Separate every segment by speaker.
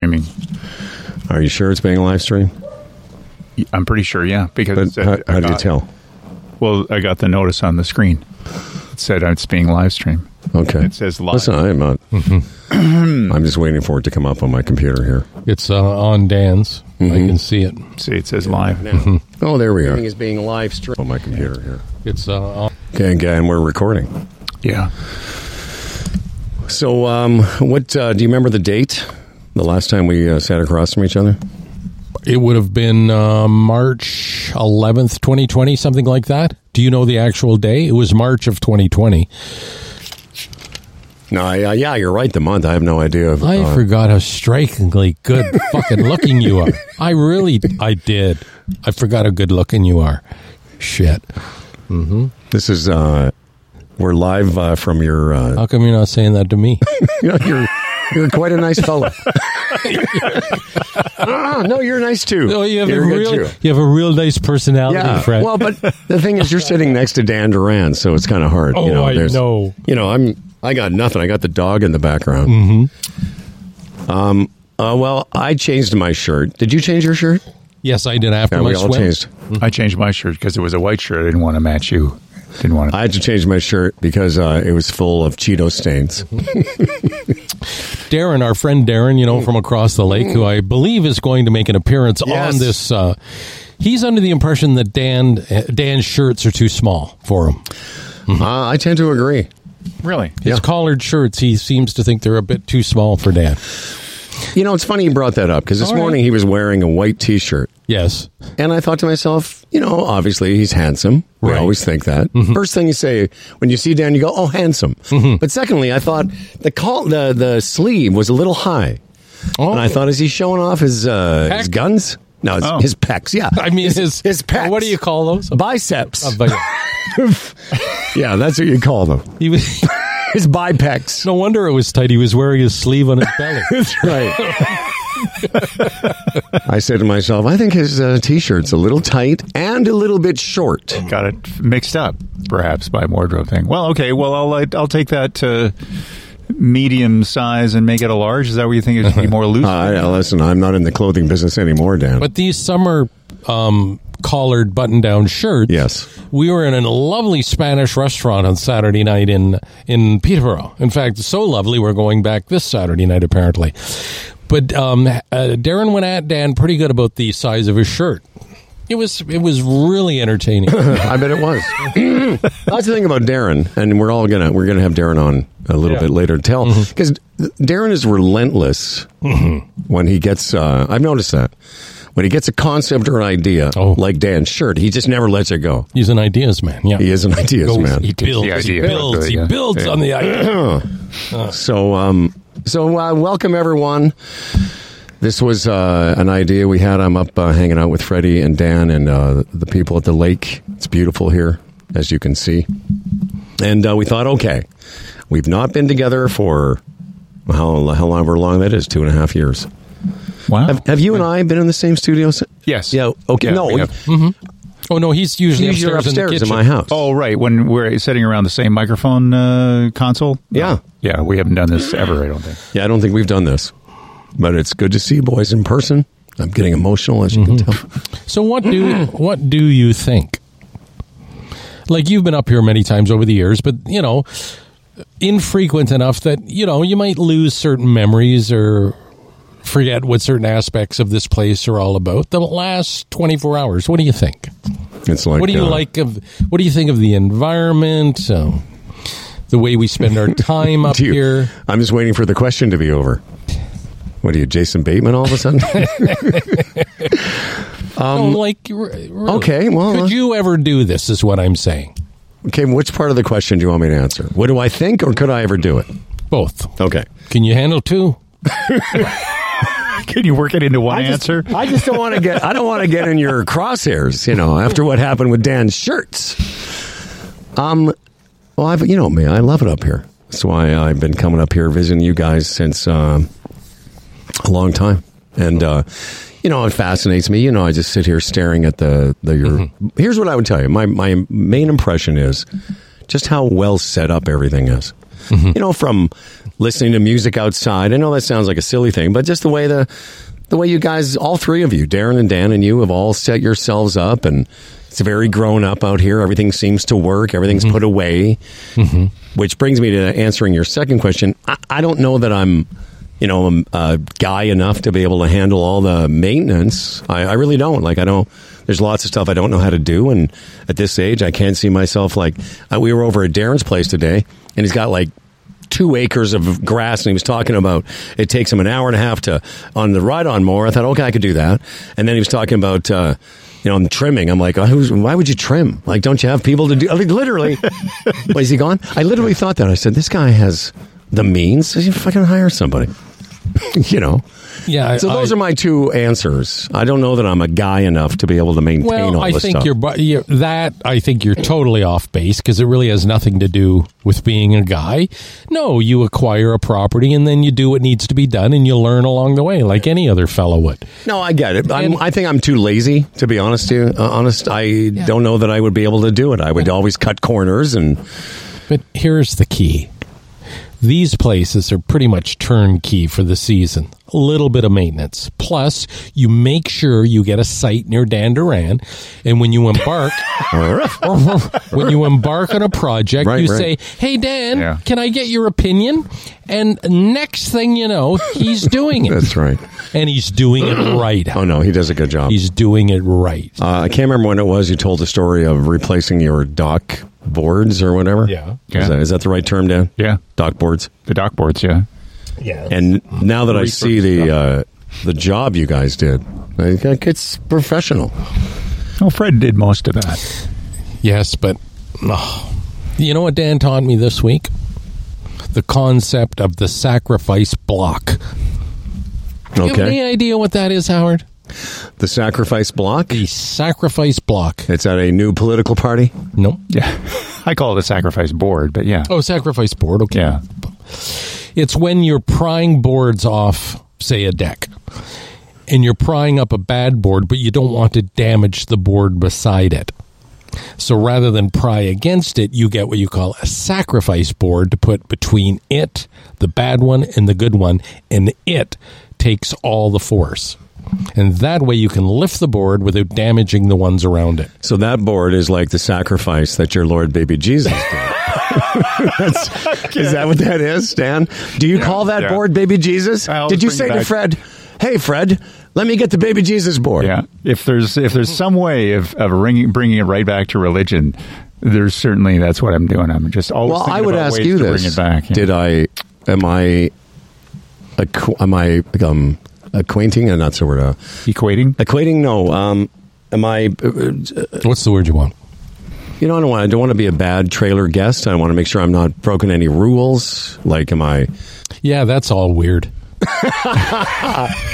Speaker 1: streaming.
Speaker 2: Are you sure it's being live streamed?
Speaker 1: I'm pretty sure, yeah, because it
Speaker 2: But
Speaker 1: said-
Speaker 2: how,
Speaker 1: I
Speaker 2: how do you
Speaker 1: got-
Speaker 2: tell?
Speaker 1: Well, I got the notice on the screen. It said it's being live streamed.
Speaker 2: Okay.
Speaker 1: It says live.
Speaker 2: Listen, I'm not. I'm just waiting for it to come up on my computer here.
Speaker 3: It's uh, on Dan's. I
Speaker 2: Mm-hmm.
Speaker 3: can see it.
Speaker 1: See, it says live.
Speaker 4: Now,
Speaker 2: Oh, there we
Speaker 4: everything
Speaker 2: are.
Speaker 4: is being live streamed.
Speaker 2: On my computer here.
Speaker 3: It's uh, on.
Speaker 2: Okay, and, and we're recording.
Speaker 1: Yeah.
Speaker 2: So, um, what uh, do you remember the date? The last time we uh, sat across from each other?
Speaker 3: It would have been uh, March 11th, 2020, something like that. Do you know the actual day? It was March of 2020.
Speaker 2: No, I, uh, yeah, you're right. The month. I have no idea. Of,
Speaker 3: I
Speaker 2: uh,
Speaker 3: forgot how strikingly good fucking looking you are. I really, I did. I forgot how good looking you are. Shit.
Speaker 2: This is. Uh, we're live uh, from your. Uh,
Speaker 3: How come you're not saying that to me?
Speaker 2: you're, you're quite a nice fellow. Ah, no, you're nice too.
Speaker 3: No, you have
Speaker 2: You're
Speaker 3: a
Speaker 2: good
Speaker 3: real,
Speaker 2: too.
Speaker 3: you have a real nice personality,
Speaker 2: Yeah.
Speaker 3: Fred.
Speaker 2: Well, but the thing is, you're sitting next to Dan Duran, so it's kind of hard.
Speaker 3: Oh,
Speaker 2: you know,
Speaker 3: I
Speaker 2: there's-
Speaker 3: know.
Speaker 2: You know, I'm. I got nothing. I got the dog in the background. Mm-hmm.
Speaker 3: Mm-hmm.
Speaker 2: Um. Uh, well, I changed my shirt. Did you change your shirt?
Speaker 3: yes, I did after
Speaker 2: Yeah,
Speaker 3: my
Speaker 2: we all
Speaker 3: swim.
Speaker 2: changed.
Speaker 1: I changed my shirt because it was a white shirt. I didn't want to match you. Didn't want to.
Speaker 2: I had to change my shirt because uh, it was full of Cheeto stains.
Speaker 3: Mm-hmm. Darren, our friend Darren, you know, from across the lake, who I believe is going to make an appearance
Speaker 2: Mm. Yes.
Speaker 3: on this. Uh, he's under the impression that Dan uh, Dan's shirts are too small for him.
Speaker 2: uh, I tend to agree.
Speaker 1: really?
Speaker 3: His
Speaker 2: Yeah.
Speaker 3: collared shirts, he seems to think they're a bit too small for Dan.
Speaker 2: You know, it's funny you brought that up because this
Speaker 3: All right.
Speaker 2: morning he was wearing a white T-shirt,
Speaker 3: Yes,
Speaker 2: and I thought to myself, you know, obviously he's handsome. We
Speaker 3: Right. Mm-hmm.
Speaker 2: always think that. First thing you say when you see Dan, you go, "Oh, handsome." But secondly, I thought the call the the sleeve was a little high,
Speaker 3: Oh.
Speaker 2: and I thought, is he showing off his uh, his
Speaker 3: Pec?
Speaker 2: guns? No, his,
Speaker 1: Oh.
Speaker 2: his pecs. Yeah,
Speaker 3: I mean his
Speaker 2: his pecs.
Speaker 3: What do you call those?
Speaker 2: biceps?
Speaker 3: Uh, but-
Speaker 2: yeah, that's what you call them.
Speaker 3: he was,
Speaker 2: His bipecs.
Speaker 3: no wonder it was tight. He was wearing his sleeve on his belly.
Speaker 2: That's right. I said to myself, I think his uh, t-shirt's a little tight and a little bit short.
Speaker 1: Got it mixed up, perhaps by wardrobe thing. Well, okay. Well, I'll uh, I'll take that to medium size and make it a large. Is that what you think? It should be more loose.
Speaker 2: I, I- Uh, listen, I'm not in the clothing business anymore, Dan.
Speaker 3: But these summer um, collared button-down shirts.
Speaker 2: Yes.
Speaker 3: we were in a lovely Spanish restaurant on Saturday night in in Peterborough. In fact, so lovely we're going back this Saturday night apparently. But um, uh, Darren went at Dan pretty good about the size of his shirt. It was it was really entertaining.
Speaker 2: I bet it was. That's the thing about Darren, and we're all gonna we're gonna have Darren on a little bit later to tell because Darren is relentless when he gets. Uh, I've noticed that when he gets a concept or an idea,
Speaker 3: Oh.
Speaker 2: like Dan's shirt, he just never lets it go.
Speaker 3: He's an ideas man. Yeah,
Speaker 2: He is an ideas
Speaker 3: Goes-
Speaker 2: man.
Speaker 3: He builds,
Speaker 1: the
Speaker 3: he
Speaker 1: idea.
Speaker 3: builds, he
Speaker 1: Yeah.
Speaker 3: builds
Speaker 1: Yeah.
Speaker 3: on the idea.
Speaker 2: So, um, so uh, welcome everyone. This was uh, an idea we had. I'm up uh, hanging out with Freddie and Dan and uh, the people at the lake. It's beautiful here, as you can see. And uh, we thought, okay, we've not been together for how how long? long that is? Two and a half years.
Speaker 1: wow.
Speaker 2: Have, have you and I been in the same studio? si-
Speaker 1: yes.
Speaker 2: Yeah. Okay.
Speaker 1: Yeah,
Speaker 2: no.
Speaker 1: we have.
Speaker 3: Oh no, he's usually
Speaker 2: Usually
Speaker 3: upstairs,
Speaker 2: upstairs,
Speaker 3: in the
Speaker 2: in my
Speaker 3: kitchen.
Speaker 2: house.
Speaker 1: Oh, right. When we're sitting around the same microphone uh, console?
Speaker 2: Yeah.
Speaker 1: Yeah, we haven't done this ever, I don't think.
Speaker 2: Yeah, I don't think we've done this, but it's good to see you boys in person. I'm getting emotional, as you can
Speaker 3: Mm-hmm.
Speaker 2: tell.
Speaker 3: So what do
Speaker 2: Mm-hmm.
Speaker 3: what do you think? Like you've been up here many times over the years, but you know, infrequent enough that you know you might lose certain memories or forget what certain aspects of this place are all about. The last twenty four hours, what do you think?
Speaker 2: It's like
Speaker 3: What do you
Speaker 2: uh,
Speaker 3: like of? What do you think of the environment? Um, the way we spend our time up
Speaker 2: Do you-
Speaker 3: here.
Speaker 2: I'm just waiting for the question to be over. What are you, Jason Bateman? All of a sudden, Um,
Speaker 3: no, Oh, like, re- really.
Speaker 2: okay, well, uh,
Speaker 3: could you ever do this? Is what I'm saying.
Speaker 2: okay. Which part of the question do you want me to answer? What do I think, or could I ever do it?
Speaker 3: Both.
Speaker 2: Okay,
Speaker 3: Can you handle two?
Speaker 1: Can you work it into one
Speaker 2: I just,
Speaker 1: answer?
Speaker 2: I just don't want to get. I don't want to get in your crosshairs. You know, after what happened with Dan's shirts. Um, well, I've you know me. I love it up here. That's why I've been coming up here visiting you guys since um a long time, and uh, you know it fascinates me. You know, I just sit here staring at the the. Your, Here's what I would tell you. My my main impression is just how well set up everything is. You know, from listening to music outside. I know that sounds like a silly thing, but just the way the the way you guys, all three of you, Darren and Dan and you, have all set yourselves up, and it's very grown up out here. Everything seems to work. Everything's put away, which brings me to answering your second question. I, I don't know that I'm. You know, I'm a guy enough to be able to handle all the maintenance. I, I really don't. Like, I don't. There's lots of stuff I don't know how to do, and at this age, I can't see myself like. I, we were over at Darren's place today, and he's got like two acres of grass and he was talking about it takes him an hour and a half to on the ride on more i thought okay i could do that and then he was talking about uh you know, I'm trimming. I'm like, oh, who's, why would you trim? Like, don't you have people to do? I mean, literally. Wait, is he gone? I literally thought that. I said, this guy has the means. He fucking hire somebody. you know.
Speaker 3: Yeah.
Speaker 2: So
Speaker 3: I-
Speaker 2: those
Speaker 3: I-
Speaker 2: are my two answers. I don't know that I'm a guy enough to be able to maintain
Speaker 3: Well,
Speaker 2: all
Speaker 3: I
Speaker 2: this
Speaker 3: think
Speaker 2: stuff.
Speaker 3: you're, bu- you're that. I think you're totally off base because it really has nothing to do with being a guy. No, you acquire a property and then you do what needs to be done and you learn along the way, like any other fellow would.
Speaker 2: No, I get it. I'm, I think I'm too lazy to be honest. To uh, honest, I don't know that I would be able to do it. I would always cut corners, and
Speaker 3: But here's the key: these places are pretty much turnkey for the season. A little bit of maintenance, plus you make sure you get a site near Dandaran, and when you embark. when you embark on a project,
Speaker 2: Right,
Speaker 3: you
Speaker 2: right.
Speaker 3: say, "Hey Dan,
Speaker 1: Yeah.
Speaker 3: can I get your opinion?" And next thing you know, he's doing it,
Speaker 2: that's right.
Speaker 3: and he's doing it right.
Speaker 2: Oh no, he does a good job.
Speaker 3: He's doing it right.
Speaker 2: Uh, I can't remember when it was. You told the story of replacing your dock boards or whatever.
Speaker 3: Yeah.
Speaker 2: Is, that, is that the right term, Dan?
Speaker 1: Yeah.
Speaker 2: dock boards.
Speaker 1: The dock boards, yeah.
Speaker 3: Yeah,
Speaker 2: And now that I see the uh, the job you guys did, I think it's professional.
Speaker 1: Well, Fred did most of that.
Speaker 3: yes, but oh. you know what Dan taught me this week? The concept of the sacrifice block. You have any
Speaker 2: Okay,
Speaker 3: idea what that is, Howard?
Speaker 2: the sacrifice block.
Speaker 3: The sacrifice block.
Speaker 2: It's at a new political party.
Speaker 3: No.
Speaker 1: Yeah. I call it a sacrifice board, but yeah.
Speaker 3: Oh, sacrifice board. Okay.
Speaker 1: Yeah.
Speaker 3: It's when you're prying boards off, say, a deck, and you're prying up a bad board, but you don't want to damage the board beside it. So rather than pry against it, you get what you call a sacrifice board to put between it, the bad one, and the good one, and it takes all the force. And that way you can lift the board without damaging the ones around it.
Speaker 2: So that board is like the sacrifice that your Lord baby Jesus did. That's, is that what that is, Dan? Do you call that
Speaker 1: yeah.
Speaker 2: board baby Jesus?
Speaker 1: I always
Speaker 2: Did you
Speaker 1: bring
Speaker 2: say
Speaker 1: it
Speaker 2: to
Speaker 1: back.
Speaker 2: Fred, "Hey Fred, let me get the baby Jesus board"?
Speaker 1: Yeah. If there's if there's some way of, of bringing, bringing it right back to religion, there's certainly that's what I'm doing. I'm just always
Speaker 2: Well,
Speaker 1: thinking
Speaker 2: I would
Speaker 1: about
Speaker 2: ask
Speaker 1: ways
Speaker 2: you
Speaker 1: to
Speaker 2: this:
Speaker 1: Bring it back.
Speaker 2: Did I? Am I? acqu- Am I um, acquainting? And not so word. Uh,
Speaker 1: Equating?
Speaker 2: equating? No. Um, am I? uh,
Speaker 3: What's the word you want?
Speaker 2: You know, I don't want. I don't want to be a bad trailer guest. I want to make sure I'm not broken any rules. Like, am I?
Speaker 3: Yeah, that's all weird.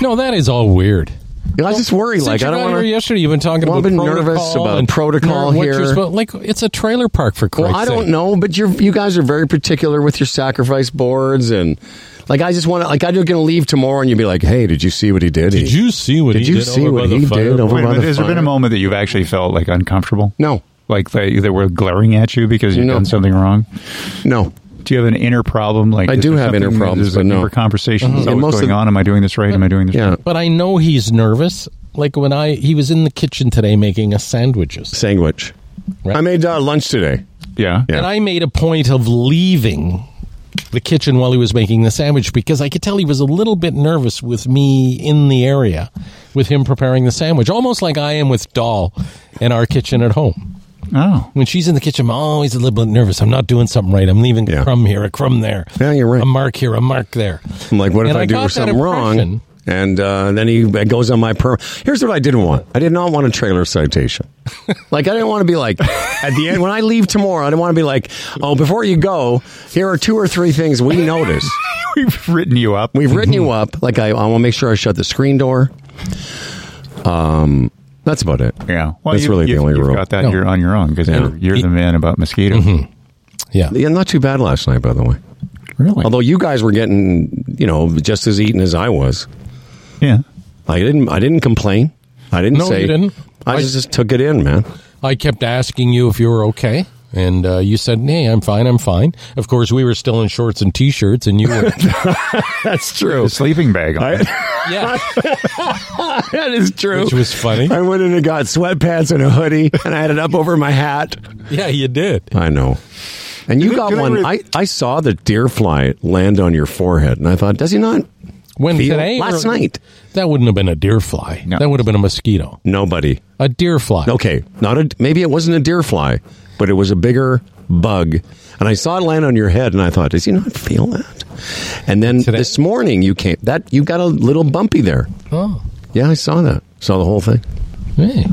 Speaker 3: no, that is all weird.
Speaker 2: You know, I just worry.
Speaker 3: Since
Speaker 2: Like, I
Speaker 3: you
Speaker 2: don't
Speaker 3: got
Speaker 2: want
Speaker 3: here
Speaker 2: to.
Speaker 3: yesterday. You've been talking
Speaker 2: Well, I've
Speaker 3: about
Speaker 2: been
Speaker 3: protocol
Speaker 2: nervous about
Speaker 3: and
Speaker 2: protocol
Speaker 3: what you're
Speaker 2: here.
Speaker 3: supposed- like it's a trailer park for Christ's
Speaker 2: Well, I
Speaker 3: sake.
Speaker 2: don't know, but you're you guys are very particular with your sacrifice boards and like I just want to like I'm going to leave tomorrow and you'd be like, hey, did you see what he did?
Speaker 3: Did you see what
Speaker 2: did
Speaker 3: he
Speaker 2: you
Speaker 3: did
Speaker 2: see
Speaker 3: over
Speaker 2: what
Speaker 3: by the
Speaker 2: he
Speaker 3: fire?
Speaker 2: did over
Speaker 1: Wait a
Speaker 2: by
Speaker 1: minute,
Speaker 2: the
Speaker 1: has there been a
Speaker 2: fire?
Speaker 1: moment that you've actually felt like uncomfortable?
Speaker 2: No,
Speaker 1: Like they, they were glaring at you because you've
Speaker 2: No.
Speaker 1: done something wrong?
Speaker 2: no.
Speaker 1: Do you have an inner problem? Like
Speaker 2: I
Speaker 1: is
Speaker 2: do
Speaker 1: there
Speaker 2: have inner
Speaker 1: something that-
Speaker 2: problems,
Speaker 1: there's, like,
Speaker 2: but no.
Speaker 1: inner conversations that's
Speaker 2: Yeah,
Speaker 1: always
Speaker 2: most of
Speaker 1: going
Speaker 2: the-
Speaker 1: on. Am I doing this right? Am I doing this?
Speaker 2: Yeah,
Speaker 1: Right?
Speaker 3: But I know he's nervous. Like when I he was in the kitchen today making us sandwiches,
Speaker 2: sandwich.
Speaker 3: Right.
Speaker 2: I made uh, lunch today.
Speaker 1: Yeah.
Speaker 2: Yeah.
Speaker 3: and I made a point of leaving the kitchen while he was making the sandwich because I could tell he was a little bit nervous with me in the area, with him preparing the sandwich, almost like I am with Doll in our kitchen at home.
Speaker 1: Oh.
Speaker 3: when she's in the kitchen, I'm always a little bit nervous. I'm not doing something right. I'm leaving
Speaker 2: Yeah.
Speaker 3: a crumb here, a crumb there.
Speaker 2: Yeah, you're right.
Speaker 3: A mark here, a mark there.
Speaker 2: I'm like, what if
Speaker 3: And
Speaker 2: I,
Speaker 3: I
Speaker 2: do
Speaker 3: got that
Speaker 2: something wrong?
Speaker 3: impression.
Speaker 2: And uh, then he goes on my per. Here's what I didn't want. I did not want a trailer citation. like I didn't want to be like at the end when I leave tomorrow. I didn't want to be like, oh, before you go, here are two or three things we noticed.
Speaker 1: We've written you up.
Speaker 2: We've written you up. Like I, I want to make sure I shut the screen door. Um, that's about it.
Speaker 1: Yeah,
Speaker 2: That's
Speaker 1: you've-
Speaker 2: really the
Speaker 1: you've-
Speaker 2: only
Speaker 1: you've
Speaker 2: rule.
Speaker 1: Got that
Speaker 3: No.
Speaker 1: you're on your own because you're, you're the man about mosquitoes.
Speaker 3: Yeah.
Speaker 2: Yeah, not too bad last night, by the way.
Speaker 1: Really?
Speaker 2: Although you guys were getting, you know, just as eaten as I was.
Speaker 1: yeah,
Speaker 2: I didn't. I didn't complain. I didn't
Speaker 3: No,
Speaker 2: say.
Speaker 3: you didn't.
Speaker 2: I
Speaker 3: I-
Speaker 2: just, just took it in, man.
Speaker 3: I kept asking you if you were okay. And uh, you said, "Hey, I'm fine. I'm fine." Of course, we were still in shorts and t-shirts, and you were,
Speaker 2: That's true.
Speaker 1: The sleeping bag on.
Speaker 3: yeah,
Speaker 2: that is true.
Speaker 3: which was funny.
Speaker 2: I went in and got sweatpants and a hoodie, and I had it up over my hat.
Speaker 3: Yeah, you did.
Speaker 2: I know. And you
Speaker 1: I-
Speaker 2: got
Speaker 1: can I
Speaker 2: one. I,
Speaker 1: re-
Speaker 2: I saw the deer fly land on your forehead, and I thought, does he not?
Speaker 3: When
Speaker 2: feel-
Speaker 3: today,
Speaker 2: last
Speaker 3: or-
Speaker 2: night,
Speaker 3: that wouldn't have been a deer fly.
Speaker 1: No.
Speaker 3: That would have been a mosquito.
Speaker 2: nobody.
Speaker 3: A deer fly.
Speaker 2: Okay, not a. Maybe it wasn't a deer fly, but it was a bigger bug, and I saw it land on your head, and I thought, does he not feel that? And then
Speaker 3: Today?
Speaker 2: this morning, you came that you got a little bumpy there.
Speaker 3: Oh,
Speaker 2: Yeah, I saw that. Saw the whole thing.
Speaker 3: hey.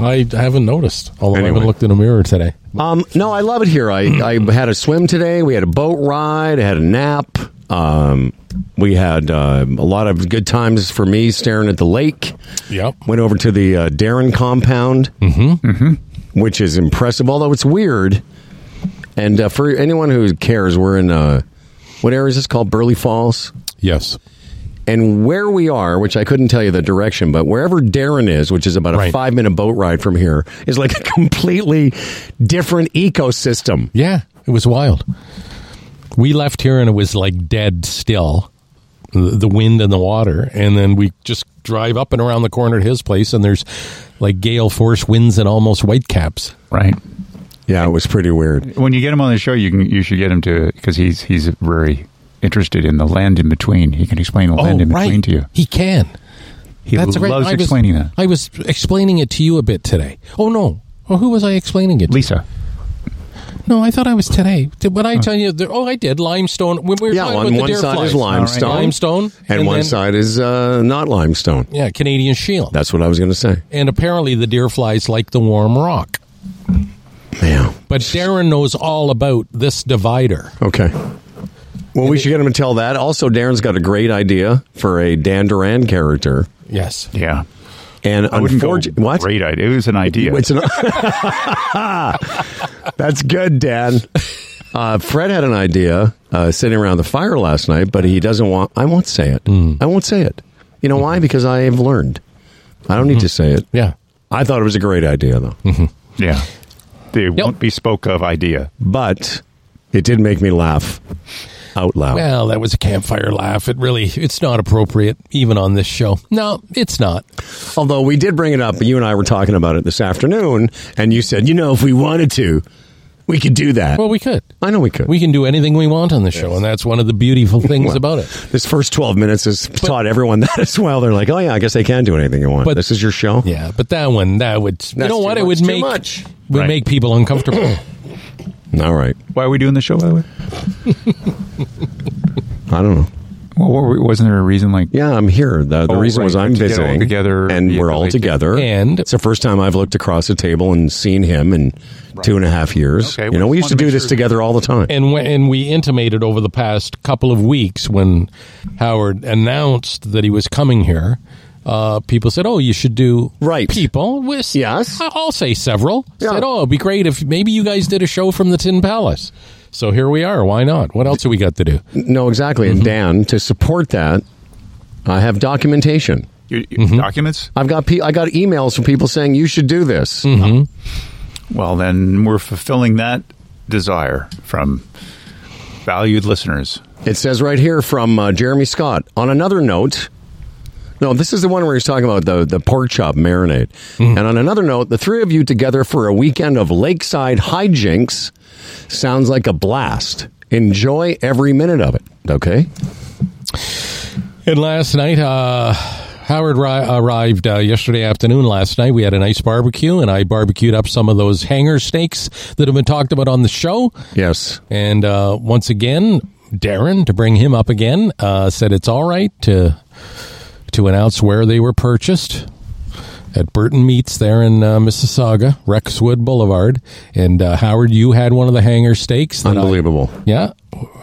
Speaker 3: I haven't noticed. Although I
Speaker 2: Anyway.
Speaker 3: haven't looked in a mirror today.
Speaker 2: Um, no, I love it here. I, I had a swim today. We had a boat ride. I had a nap. Um, we had uh, a lot of good times for me staring at the lake.
Speaker 3: Yep.
Speaker 2: Went over to the uh, Darren compound, mm-hmm. Mm-hmm. which is impressive, although it's weird. And uh, for anyone who cares, we're in uh, what area is this called? Burley Falls.
Speaker 3: Yes.
Speaker 2: And where we are, which I couldn't tell you the direction, but wherever Darren is, which is about a
Speaker 3: Right.
Speaker 2: five minute boat ride from here, is like a completely different ecosystem.
Speaker 3: Yeah, it was wild. We left here and it was like dead still, the the wind and the water. And then we just drive up and around the corner at his place, and there's like gale force winds and almost whitecaps.
Speaker 1: Right.
Speaker 2: Yeah, it was pretty weird.
Speaker 1: When you get him on the show, you can you should get him to because he's he's very interested in the land in between. He can explain the land in between to you.
Speaker 3: He can.
Speaker 1: He
Speaker 3: right.
Speaker 1: loves
Speaker 3: I was-
Speaker 1: explaining that.
Speaker 3: I was explaining it to you a bit today. Oh, no. Oh, who was I explaining it to?
Speaker 1: Lisa,
Speaker 3: No, I thought I was today. Did, but I tell you, there, oh, I did. Limestone. When we were
Speaker 2: Yeah,
Speaker 3: talking
Speaker 2: on
Speaker 3: about the
Speaker 2: one
Speaker 3: deer
Speaker 2: side
Speaker 3: flies.
Speaker 2: is limestone,
Speaker 1: All right.
Speaker 3: Limestone.
Speaker 2: and, one
Speaker 3: then-
Speaker 2: side is uh, not limestone.
Speaker 3: Yeah, Canadian shield.
Speaker 2: That's what I was going to say.
Speaker 3: and apparently the deer flies like the warm rock.
Speaker 2: Yeah.
Speaker 3: But Darren knows all about this divider.
Speaker 2: Okay. Well, we should get him to tell that. Also, Darren's got a great idea for a Dan Duran character,
Speaker 3: Yes.
Speaker 1: yeah,
Speaker 2: and
Speaker 1: I wouldn't go.
Speaker 2: unfortunately, what?
Speaker 1: Great idea. It was an idea.
Speaker 2: It's an- That's good, Dan. Uh, Fred had an idea uh, sitting around the fire last night, but he doesn't want. I won't say it.
Speaker 1: Hmm.
Speaker 2: I won't say it. You know why? Because I have learned. I don't
Speaker 1: Hmm.
Speaker 2: need to say it.
Speaker 3: Yeah.
Speaker 2: I thought it was a great idea, though.
Speaker 1: yeah, the won't be spoke of idea.
Speaker 2: but it did make me laugh out loud.
Speaker 3: Well, that was a campfire laugh. It really, it's not appropriate even on this show. No, it's not.
Speaker 2: Although we did bring it up, you and I were talking about it this afternoon, and you said, you know, if we wanted to, we could do that.
Speaker 3: Well, we could.
Speaker 2: I know we could.
Speaker 3: We can do anything we want on this show, and that's one of the beautiful things about it.
Speaker 2: this first 12 minutes has taught everyone that as well. They're like, oh, yeah, I guess they can do anything you want.
Speaker 3: But-
Speaker 2: this is your show?
Speaker 3: Yeah, but that one, that would, you
Speaker 2: That's
Speaker 3: know
Speaker 2: too
Speaker 3: what? It
Speaker 2: much,
Speaker 3: would
Speaker 2: too
Speaker 3: make,
Speaker 2: much.
Speaker 3: would
Speaker 1: Right.
Speaker 3: make people uncomfortable.
Speaker 2: All right.
Speaker 1: Why are we doing the show, by the way?
Speaker 2: I don't know.
Speaker 1: Well, what, were- wasn't there a reason? Like,
Speaker 2: Yeah, I'm here. The, the
Speaker 1: Oh,
Speaker 2: reason
Speaker 1: right.
Speaker 2: was I'm
Speaker 1: To get all
Speaker 2: visiting.
Speaker 1: together
Speaker 2: and
Speaker 1: via
Speaker 2: we're
Speaker 1: the
Speaker 2: all
Speaker 1: lake.
Speaker 2: together.
Speaker 3: And-
Speaker 2: it's the first time I've looked across the table and seen him in two and a half years.
Speaker 1: Okay,
Speaker 2: you
Speaker 1: we
Speaker 2: know, we used
Speaker 1: just wanted to
Speaker 2: to do
Speaker 1: make
Speaker 2: this
Speaker 1: sure-
Speaker 2: together all the time.
Speaker 3: and when, and we intimated over the past couple of weeks when Howard announced that he was coming here, uh, people said, "Oh, you should do
Speaker 2: Right.
Speaker 3: People, with,
Speaker 2: Yes.
Speaker 3: I- I'll say several
Speaker 2: Yeah.
Speaker 3: said, "Oh, it'd be great if maybe you guys did a show from the Tin Palace." So here we are. Why not? What else have we got to do?
Speaker 2: No, exactly.
Speaker 3: Mm-hmm.
Speaker 2: And Dan, to support that, I have documentation.
Speaker 1: your, your documents?
Speaker 2: I've got pe- I got emails from people saying you should do this.
Speaker 3: Mm-hmm.
Speaker 1: Well, then we're fulfilling that desire from valued listeners.
Speaker 2: It says right here from uh, Jeremy Scott. On another note, no, this is the one where he's talking about the the pork chop marinade.
Speaker 3: Mm-hmm.
Speaker 2: And on another note, the three of you together for a weekend of lakeside hijinks sounds like a blast. Enjoy every minute of it. Okay.
Speaker 3: And last night, uh, Howard ri- arrived uh, yesterday afternoon. Last night, we had a nice barbecue, and I barbecued up some of those hanger steaks that have been talked about on the show.
Speaker 2: Yes.
Speaker 3: And uh, once again, Darren, to bring him up again, uh, said it's all right to to announce where they were purchased at Burton Meats there in uh, Mississauga, Rexwood Boulevard. And uh, Howard, you had one of the hanger steaks. that I-
Speaker 2: Unbelievable.
Speaker 3: yeah.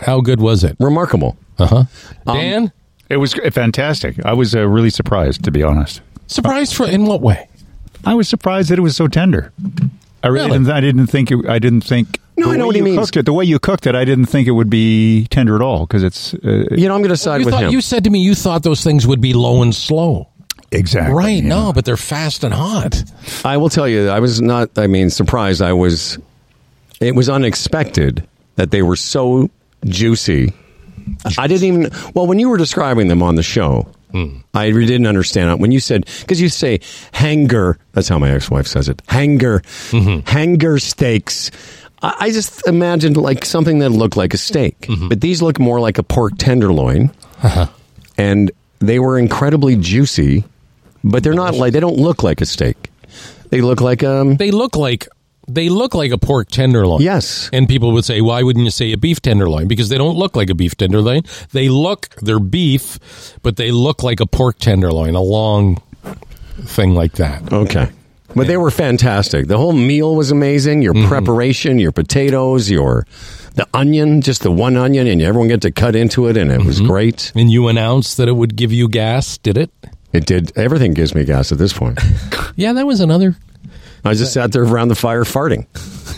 Speaker 3: How good was it?
Speaker 2: Remarkable.
Speaker 3: Uh huh.
Speaker 2: Um,
Speaker 3: Dan,
Speaker 1: It was fantastic. I was uh, really surprised, to be honest.
Speaker 3: surprised for in what way?
Speaker 1: I was surprised that it was so tender. I really,
Speaker 3: Really?
Speaker 1: Didn't, I didn't think it, I didn't think
Speaker 2: No,
Speaker 1: the
Speaker 2: I know
Speaker 1: way
Speaker 2: what he
Speaker 1: you
Speaker 2: means.
Speaker 1: Cooked it, the way you cooked it, I didn't think it would be tender at all because it's uh,
Speaker 2: You know, I'm going to side
Speaker 3: You,
Speaker 2: with
Speaker 3: thought,
Speaker 2: him.
Speaker 3: you said to me you thought those things would be low and slow.
Speaker 1: exactly
Speaker 3: Right, no, but they're fast and hot.
Speaker 2: I will tell you, I was not. I mean, surprised. I was. It was unexpected that they were so juicy. I didn't even. Well, when you were describing them on the show, I really didn't understand it. When you said, because you say hanger, that's how my ex wife says it hanger, hanger steaks. I, I just imagined like something that looked like a steak, but these look more like a pork tenderloin. And they were incredibly juicy, but they're not like, they don't look like a steak. They look like, um,
Speaker 3: They look like they look like a pork tenderloin.
Speaker 2: Yes.
Speaker 3: And people would say, why wouldn't you say a beef tenderloin? Because they don't look like a beef tenderloin. They look they're beef, but they look like a pork tenderloin, a long thing like that.
Speaker 2: Okay. But they were fantastic. The whole meal was amazing. Your
Speaker 3: Mm-hmm.
Speaker 2: preparation, your potatoes, your the onion, just the one onion, and everyone get to cut into it, and it
Speaker 3: Mm-hmm.
Speaker 2: was great.
Speaker 3: And you announced that it would give you gas, did it?
Speaker 2: It did everything gives me gas at this point.
Speaker 3: Yeah, that was another
Speaker 2: I just sat there around the fire farting.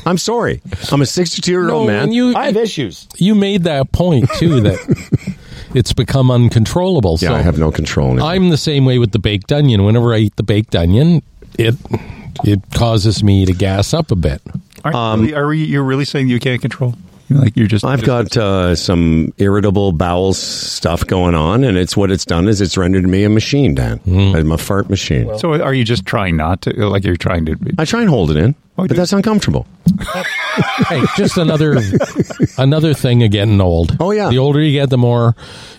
Speaker 2: I'm sorry. I'm a 62 year old
Speaker 3: No,
Speaker 2: man.
Speaker 3: Oh, and you-
Speaker 2: I have issues.
Speaker 3: you made that point too that it's become uncontrollable.
Speaker 2: Yeah,
Speaker 3: so
Speaker 2: I have no control. Anymore.
Speaker 3: I'm the same way with the baked onion. Whenever I eat the baked onion, it it causes me to gas up a bit.
Speaker 1: Aren't, really- are you you're really saying you can't control? Like you're just.
Speaker 2: Um, I've got uh, some irritable bowel stuff going on, and it's what it's done is it's rendered me a machine, Dan. I'm a fart machine.
Speaker 1: So are you just trying not to? Like you're trying to?
Speaker 2: I try and hold it in, but
Speaker 1: Oh, do-
Speaker 2: that's uncomfortable.
Speaker 3: Hey, just another another thing of getting old.
Speaker 2: Oh, yeah.
Speaker 3: the older you get, the more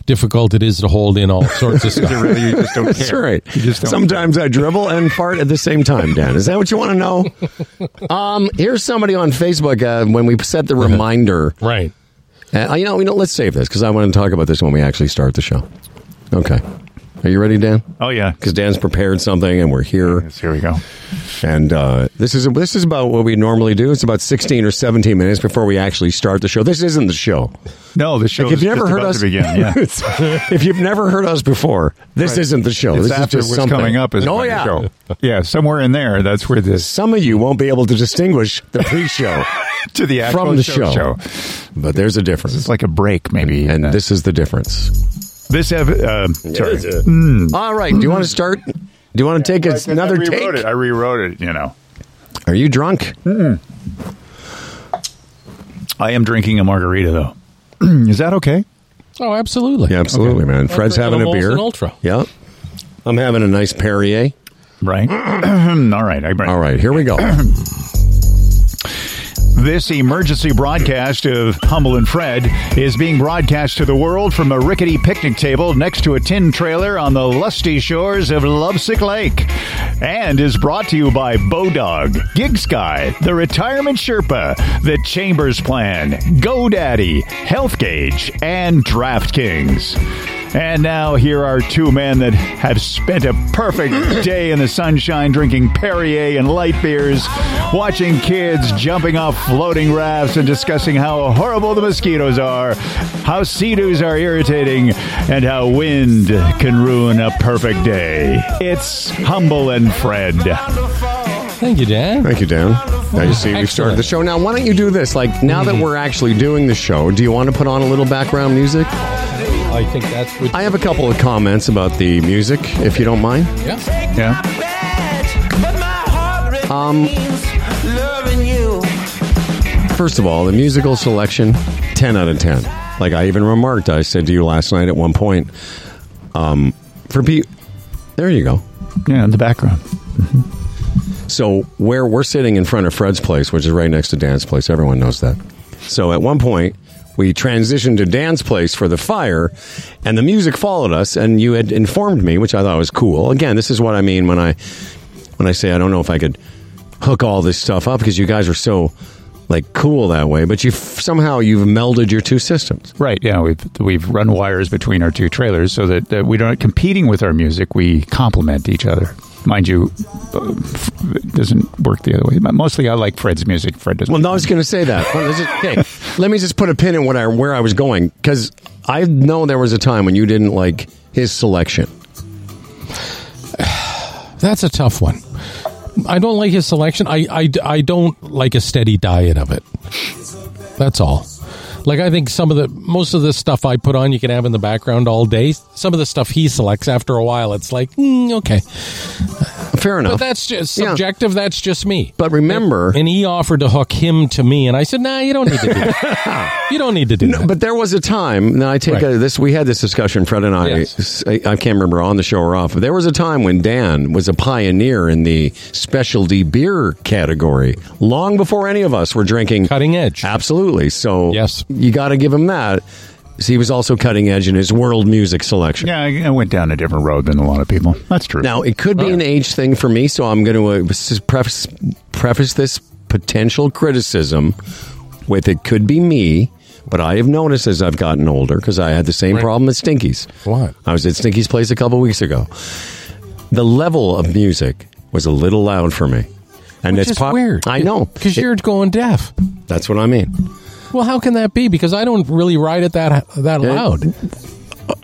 Speaker 3: difficult it is to hold in all sorts of stuff.
Speaker 1: Really, you just don't care.
Speaker 2: That's right.
Speaker 1: You just don't
Speaker 2: Sometimes I dribble and fart at the same time, Dan. Is that what you want to know? Um, here's somebody on Facebook uh, when we set the reminder.
Speaker 3: right.
Speaker 2: Uh, you know, you know, let's save this because I want to talk about this when we actually start the show. Okay. Are you ready, Dan?
Speaker 1: Oh yeah.
Speaker 2: Because Dan's prepared something and we're here.
Speaker 1: Yes, here we go.
Speaker 2: And uh, this is this is about what we normally do. It's about 16 or 17 minutes before we actually start the show. This isn't the show.
Speaker 1: No, the show.
Speaker 2: If you've never heard us,
Speaker 1: to begin, yeah.
Speaker 2: It's- if you've never heard us before, this isn't the show.
Speaker 1: It's
Speaker 2: Oh, this
Speaker 1: after
Speaker 2: is just
Speaker 1: what's
Speaker 2: something.
Speaker 1: coming up is
Speaker 2: oh
Speaker 1: when the
Speaker 2: yeah,
Speaker 1: show. Yeah, somewhere in there. That's where this
Speaker 2: Some of you won't be able to distinguish the pre-show,
Speaker 1: to the actual
Speaker 2: the show.
Speaker 1: show,
Speaker 2: but there's a difference,
Speaker 1: It's like a break, maybe.
Speaker 2: and
Speaker 1: uh,
Speaker 2: this is the difference.
Speaker 1: this ev- um, sorry.
Speaker 2: All right, do you want to start? Do you want to take us another
Speaker 1: I rewrote
Speaker 2: take?
Speaker 1: it. I rewrote it. You know,
Speaker 2: Are you drunk?
Speaker 1: Hmm. I am drinking a margarita though. is that okay?
Speaker 3: Oh, absolutely.
Speaker 2: Yeah, absolutely, man. Fred's
Speaker 3: drinking
Speaker 2: having
Speaker 3: a
Speaker 2: a
Speaker 3: Molson
Speaker 2: beer.
Speaker 3: Ultra.
Speaker 2: Yep. I'm having a nice Perrier.
Speaker 1: Right. All right. I
Speaker 2: All right, here we go.
Speaker 1: This emergency broadcast of Humble and Fred is being broadcast to the world from a rickety picnic table next to a tin trailer on the lusty shores of Lovesick Lake. And is brought to you by Bodog, Gig Sky, The Retirement Sherpa, The Chambers Plan, GoDaddy, Health Gauge, and DraftKings. And now here are two men that have spent a perfect day in the sunshine drinking Perrier and light beers, watching kids jumping off floating rafts and discussing how horrible the mosquitoes are, how sea-doos are irritating, and how wind can ruin a perfect day. It's Humble and Fred.
Speaker 3: Thank you, Dan.
Speaker 2: Thank you, Dan. Now you see, we've started
Speaker 3: Excellent.
Speaker 2: the show. Now, why don't you do this? Like, now that we're actually doing the show, do you want to put on a little background music?
Speaker 3: I think that's what.
Speaker 2: I have a couple of comments about the music, if you don't mind.
Speaker 1: Yeah.
Speaker 3: yeah.
Speaker 4: Um,
Speaker 2: First of all, the musical selection, 10 out of 10. Like I even remarked, I said to you last night at one point, um, for Pete, there you go.
Speaker 1: Yeah, in the background.
Speaker 2: So where we're sitting in front of Fred's place, which is right next to Dan's place, everyone knows that. So at one point, we transitioned to Dan's place for the fire, and the music followed us. And you had informed me, which I thought was cool. Again, this is what I mean when I when I say I don't know if I could hook all this stuff up because you guys are so like cool that way. But you somehow you've melded your two systems.
Speaker 1: Right. Yeah, we've we've run wires between our two trailers so that, that we don't competing with our music. We complement each other. Mind you, uh, f- it doesn't work the other way. But Mostly, I like Fred's music. Fred doesn't.
Speaker 2: Well, no, I was going to say that. Well, let's just- okay, let me just put a pin in what I where I was going because I know there was a time when you didn't like his selection.
Speaker 3: That's a tough one. I don't like his selection. I, I, I don't like a steady diet of it. That's all. Like I think some of the most of the stuff I put on you can have in the background all day. Some of the stuff he selects after a while it's like mm, okay.
Speaker 2: fair enough.
Speaker 3: But that's just
Speaker 2: Yeah.
Speaker 3: subjective. That's just me.
Speaker 2: But remember,
Speaker 3: And he offered to hook him to me, and I said, "Nah, you don't need to do that. you don't need to do that."
Speaker 2: but there was a time. Now I take
Speaker 3: Right.
Speaker 2: a, this. We had this discussion, Fred and I.
Speaker 3: Yes.
Speaker 2: I, I can't remember on the show or off. But there was a time when Dan was a pioneer in the specialty beer category, long before any of us were drinking
Speaker 3: Cutting edge.
Speaker 2: Absolutely. So
Speaker 3: Yes.
Speaker 2: you got to give him that. He was also cutting edge in his world music selection.
Speaker 1: Yeah, I, I went down a different road than a lot of people. That's true.
Speaker 2: Now it could be
Speaker 3: Oh,
Speaker 2: an age thing for me, so I'm going to uh, s- preface preface this potential criticism with it could be me, but I have noticed as I've gotten older because I had the same problem at Stinky's.
Speaker 3: What?
Speaker 2: I was at Stinky's place a couple weeks ago. The level of music was a little loud for me, and
Speaker 3: Which
Speaker 2: it's
Speaker 3: is
Speaker 2: pop-
Speaker 3: weird.
Speaker 2: I know.
Speaker 3: because
Speaker 2: It-
Speaker 3: you're going deaf.
Speaker 2: that's what I mean.
Speaker 3: Well, how can that be? Because I don't really ride it that that loud.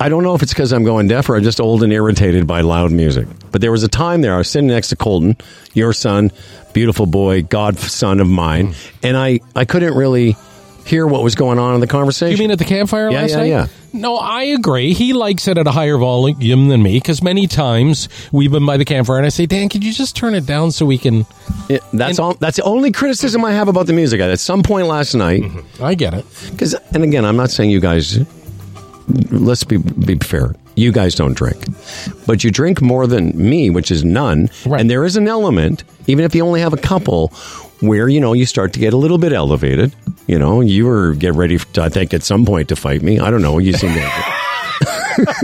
Speaker 2: I don't know if it's because I'm going deaf or I'm just old and irritated by loud music. But there was a time there I was sitting next to Colton, your son, beautiful boy, godson of mine, and I I couldn't really hear what was going on in the conversation.
Speaker 3: You mean at the campfire
Speaker 2: Yeah,
Speaker 3: last
Speaker 2: yeah,
Speaker 3: night?
Speaker 2: yeah.
Speaker 3: No, I agree. He likes it at a higher volume than me because many times we've been by the campfire and I say, Dan, could you just turn it down so we can?
Speaker 2: Yeah, that's all. That's the only criticism I have about the music. At some point last night,
Speaker 3: I get it.
Speaker 2: because and again, I'm not saying you guys. Let's be be fair. You guys don't drink, but you drink more than me, which is none.
Speaker 3: Right.
Speaker 2: And there is an element, even if you only have a couple, where you know you start to get a little bit elevated. You know, you were get ready, to, I think, at some point to fight me. I don't know. You seem to.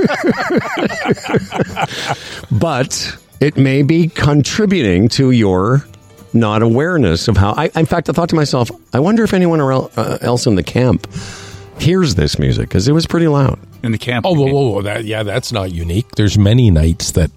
Speaker 2: but it may be contributing to your not awareness of how. I, in fact, I thought to myself, I wonder if anyone around, uh, else in the camp hears this music because it was pretty loud.
Speaker 1: in the camp.
Speaker 3: Oh, whoa, whoa, whoa. That, yeah, that's not unique. There's many nights that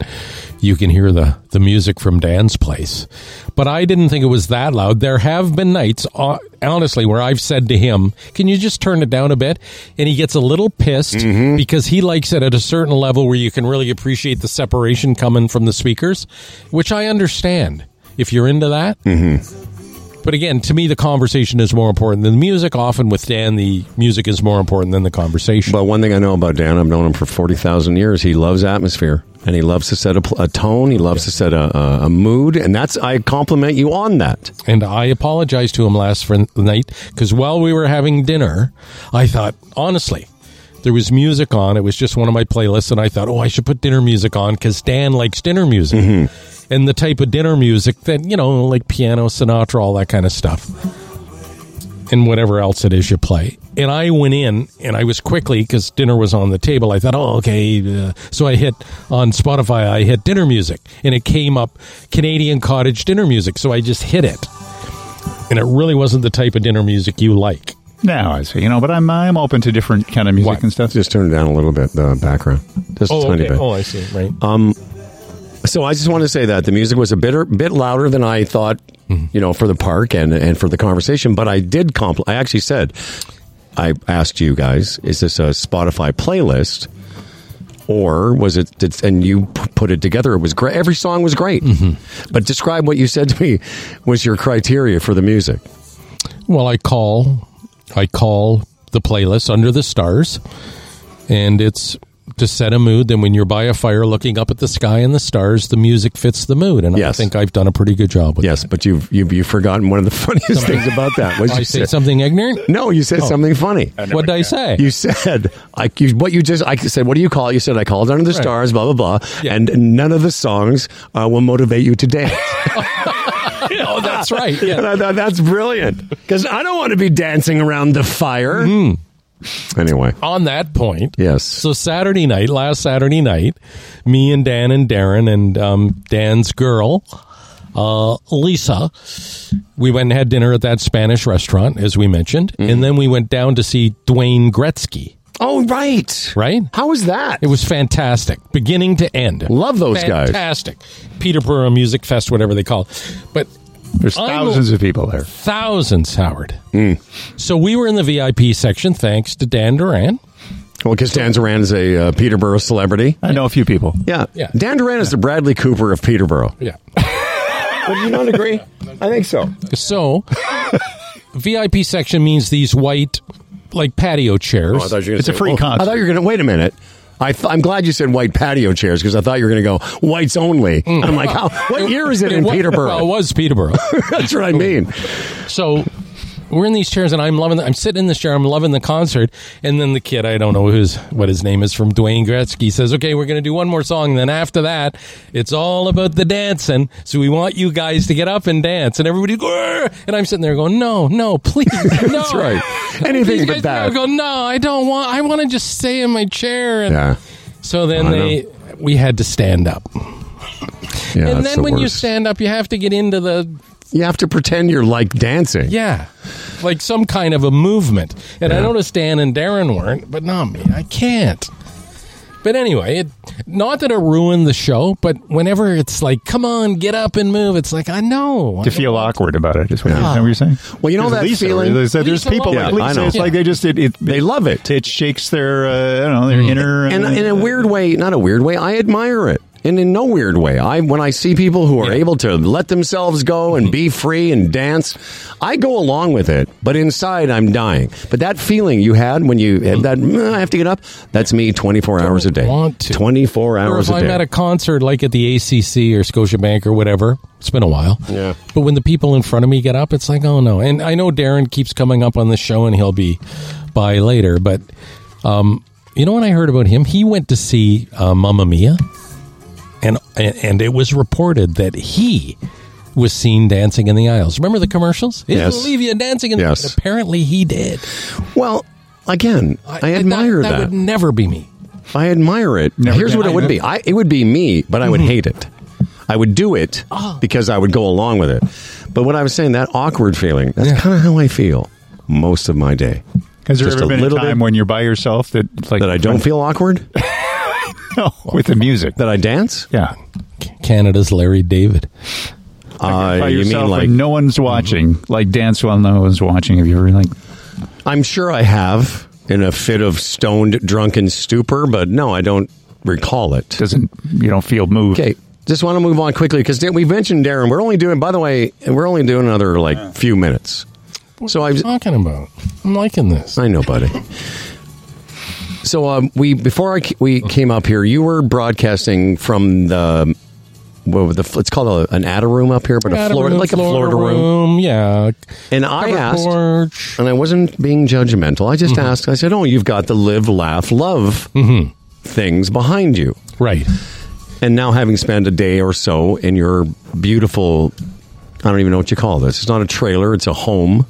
Speaker 3: you can hear the, the music from Dan's place. But I didn't think it was that loud. There have been nights, uh, honestly, where I've said to him, Can you just turn it down a bit? And he gets a little pissed because he likes it at a certain level where you can really appreciate the separation coming from the speakers, which I understand if you're into that. But again, to me, the conversation is more important than the music. Often with Dan, the music is more important than the conversation.
Speaker 2: But one thing I know about Dan, I've known him for 40,000 years. He loves atmosphere and he loves to set a, pl- a tone. He loves to set a, a, a mood. And that's, I compliment you on that.
Speaker 3: And I apologized to him last for night because while we were having dinner, I thought, honestly, there was music on. It was just one of my playlists. And I thought, oh, I should put dinner music on because Dan likes dinner music. And the type of dinner music that, you know, like piano, Sinatra, all that kind of stuff. And whatever else it is you play. And I went in and I was quickly, because dinner was on the table, I thought, oh, okay. Uh, so I hit on Spotify, I hit dinner music. And it came up Canadian cottage dinner music. So I just hit it and it really wasn't the type of dinner music you like.
Speaker 1: Now I see. You know, but I'm I'm open to different kind of music
Speaker 3: What?
Speaker 1: and stuff.
Speaker 2: Just turn it down a little bit, the background. Just a tiny bit.
Speaker 3: Oh, I see. Right.
Speaker 2: So I just want to say that the music was a bitter, bit louder than I thought, you know, for the park and, and for the conversation. But I did compl- I actually said, I asked you guys, is this a Spotify playlist? Or was it, did, and you p- put it together? It was great. Every song was great. But describe what you said to me was your criteria for the music.
Speaker 3: well, I call, I call the playlist "Under the Stars," and it's to set a mood. Then, when you're by a fire looking up at the sky and the stars, the music fits the mood. And
Speaker 2: Yes.
Speaker 3: I think I've done a pretty good job with
Speaker 2: Yes, but you've, you've, you've forgotten one of the funniest things about that. Was
Speaker 3: that. Oh, I
Speaker 2: you
Speaker 3: say
Speaker 2: said,
Speaker 3: something ignorant.
Speaker 2: no, you said something funny.
Speaker 3: What did I say?
Speaker 2: You said I you, what you just I said. What do you call it? You said I called under the stars, blah blah blah,
Speaker 3: Yeah.
Speaker 2: and none of the songs uh, will motivate you to dance.
Speaker 3: oh, that's right.
Speaker 2: and
Speaker 3: Yeah.
Speaker 2: I thought that's brilliant because I don't want to be dancing around the fire. Anyway,
Speaker 3: On that point,
Speaker 2: yes,
Speaker 3: Hmm. So Saturday night, last Saturday night, me and Dan and Darren and um, Dan's girl, uh, Lisa, we went and had dinner at that Spanish restaurant, as we mentioned,
Speaker 2: Mm-hmm.
Speaker 3: and then we went down to see Dwayne Gretzky.
Speaker 2: oh right,
Speaker 3: Right?
Speaker 2: How was that?
Speaker 3: It was fantastic, beginning to end.
Speaker 2: Love those guys.
Speaker 3: Fantastic. Peterborough Music Fest, whatever they call it. But
Speaker 1: There's
Speaker 3: I'm-
Speaker 1: thousands of people there.
Speaker 3: thousands, Howard.
Speaker 2: Mm.
Speaker 3: So we were in the VIP section, thanks to Dan Duran.
Speaker 2: well, because Dan Duran is a uh, Peterborough celebrity.
Speaker 1: I know a few people.
Speaker 2: Yeah.
Speaker 3: Yeah.
Speaker 2: Dan Duran is the Bradley Cooper of Peterborough.
Speaker 3: Yeah.
Speaker 2: Would you not agree? I think so.
Speaker 3: So, VIP section means these white, like patio chairs.
Speaker 2: Oh, I thought you were gonna
Speaker 1: It's a
Speaker 2: say-
Speaker 1: free
Speaker 2: oh, I
Speaker 1: concert.
Speaker 2: thought you were going to wait a minute. I th- I'm glad you said white patio chairs because I thought you were going to go whites only. I'm like, how, what year is it in
Speaker 3: wa- well, Mm. it
Speaker 2: Peterborough?
Speaker 3: was Peterborough.
Speaker 2: That's what I mean.
Speaker 3: so we're in these chairs, and I'm loving. The, I'm sitting in this chair. I'm loving the concert. And then the kid, I don't know who's what his name is from Dwayne Gretzky, says, "Okay, we're going to do one more song. And then after that, it's all about the dancing. So we want you guys to get up and dance." And everybody, "Grr!" and I'm sitting there going, "No, no, please, no."
Speaker 2: That's right. Anything
Speaker 3: These
Speaker 2: but
Speaker 3: guys
Speaker 2: that.
Speaker 3: go, "No, I don't want. I want to just stay in my chair." And
Speaker 2: Yeah.
Speaker 3: So then
Speaker 2: I
Speaker 3: they, we had to stand up.
Speaker 2: Yeah,
Speaker 3: and
Speaker 2: that's
Speaker 3: then
Speaker 2: the
Speaker 3: when you
Speaker 2: worst.
Speaker 3: stand up, you have to get into the
Speaker 2: you have to pretend you're like dancing.
Speaker 3: yeah, like some kind of a movement. And I
Speaker 2: Yeah.
Speaker 3: noticed Dan and Darren weren't, but not me. I can't. But anyway, it, not that it ruined the show, but whenever it's like, come on, get up and move, it's like, I know.
Speaker 1: to feel awkward about it. Is what, you, is that what you're saying?
Speaker 2: Well, you know
Speaker 1: There's
Speaker 2: that
Speaker 1: Lisa,
Speaker 2: feeling-
Speaker 1: There's, there's
Speaker 3: Lisa
Speaker 1: people
Speaker 3: Lowen.
Speaker 1: like
Speaker 2: Yeah, I
Speaker 1: Lisa.
Speaker 2: know.
Speaker 1: It's like they just it, it
Speaker 2: They love it.
Speaker 1: it shakes their uh, I don't know their inner
Speaker 2: and
Speaker 1: uh,
Speaker 2: in a weird way, not a weird way, I admire it. And in no weird way, I when I see people who are able to let themselves go
Speaker 3: Mm-hmm.
Speaker 2: and be free and dance, I go along with it. But inside, I'm dying. But that feeling you had when you had that, "Mm, I have to get up. That's me, 24 hours a day.
Speaker 3: Mm-hmm. want to.
Speaker 2: 24
Speaker 3: Or
Speaker 2: hours
Speaker 3: if
Speaker 2: a
Speaker 3: I'm
Speaker 2: day.
Speaker 3: at a concert like at the ACC or Scotiabank or whatever, it's been a while.
Speaker 2: Yeah.
Speaker 3: But when the people in front of me get up, it's like, oh no. And I know Darren keeps coming up on the show and he'll be by later. But um, you know what I heard about him? He went to see uh, Mamma Mia, and and it was reported that he was seen dancing in the aisles. Remember the commercials? It
Speaker 2: Yes.
Speaker 3: will leave you dancing in
Speaker 2: Yes.
Speaker 3: the but Apparently, he did.
Speaker 2: well, again, I, admire
Speaker 3: that.
Speaker 2: that.
Speaker 3: would never be me.
Speaker 2: I admire it.
Speaker 1: Never Mm-hmm.
Speaker 2: Here's
Speaker 1: did.
Speaker 2: what it would be. I, it would be me, but I would hate it. I would do it
Speaker 1: Oh.
Speaker 2: because I would go along with it. But what I was saying, that awkward feeling, that's kind of how I feel most of my day.
Speaker 1: Has there
Speaker 2: Just
Speaker 1: ever
Speaker 2: a
Speaker 1: been a
Speaker 2: little
Speaker 1: time
Speaker 2: bit-
Speaker 1: when you're by yourself that like
Speaker 2: That I don't feel awkward,
Speaker 1: no, with the music?
Speaker 2: that I dance.
Speaker 1: yeah,
Speaker 3: Canada's Larry David.
Speaker 2: Uh,
Speaker 1: by
Speaker 2: you
Speaker 1: yourself
Speaker 2: mean like, Mm-hmm.
Speaker 1: when no one's watching, like dance while no one's watching. Have you ever like
Speaker 2: I'm sure I have in a fit of stoned, drunken stupor, but no, I don't recall it.
Speaker 1: doesn't you don't feel moved?
Speaker 2: Okay, just want to move on quickly because we mentioned Darren. We're only doing, by the way, we're only doing another like few minutes. So I was,
Speaker 3: talking about? I'm liking this.
Speaker 2: I know, buddy. So um, we before I ca- we came up here, you were broadcasting from the what was the it's called a, an attic room up here, but a
Speaker 3: Florida
Speaker 2: Florida
Speaker 3: room,
Speaker 2: like a Florida room.
Speaker 3: Yeah.
Speaker 2: And I
Speaker 3: Covered
Speaker 2: asked,
Speaker 3: porch.
Speaker 2: and I wasn't being judgmental. I just asked. I said, "Oh, you've got the live, laugh, love things behind you."
Speaker 3: Right.
Speaker 2: And now, having spent a day or so in your beautiful, I don't even know what you call this. It's not a trailer; it's a home,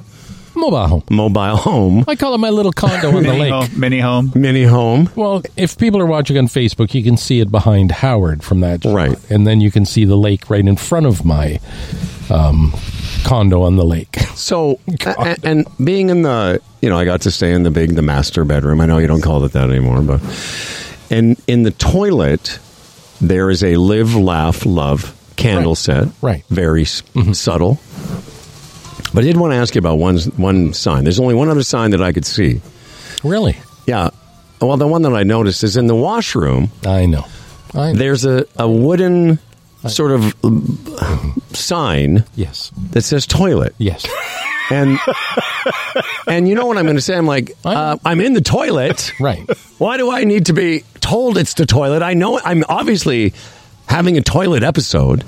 Speaker 3: Mobile home.
Speaker 2: mobile home,
Speaker 3: I call it my little condo on the
Speaker 1: Mini
Speaker 3: lake.
Speaker 1: home, mini home.
Speaker 2: mini home.
Speaker 3: Well, if people are watching on Facebook, you can see it behind Howard from that. shot.
Speaker 2: Right.
Speaker 3: And then you can see the lake right in front of my um, condo on the lake.
Speaker 2: So, and, and being in the, you know, I got to stay in the big, the master bedroom. I know you don't call it that anymore, but and in the toilet, there is a live, laugh, love candle
Speaker 3: Right.
Speaker 2: set.
Speaker 3: Right. Mm-hmm.
Speaker 2: Very s subtle. But I did want to ask you about one one sign. There's only one other sign that I could see.
Speaker 3: Really?
Speaker 2: Yeah. Well, the one that I noticed is in the washroom.
Speaker 3: I know. I know.
Speaker 2: There's a, a wooden sort of uh, sign
Speaker 3: Yes.
Speaker 2: that says toilet
Speaker 3: Yes.
Speaker 2: and and you know what I'm going to say? I'm like,
Speaker 3: I know.
Speaker 2: uh, I'm in the toilet.
Speaker 3: Right.
Speaker 2: Why do I need to be told it's the toilet? I know I'm obviously having a toilet episode.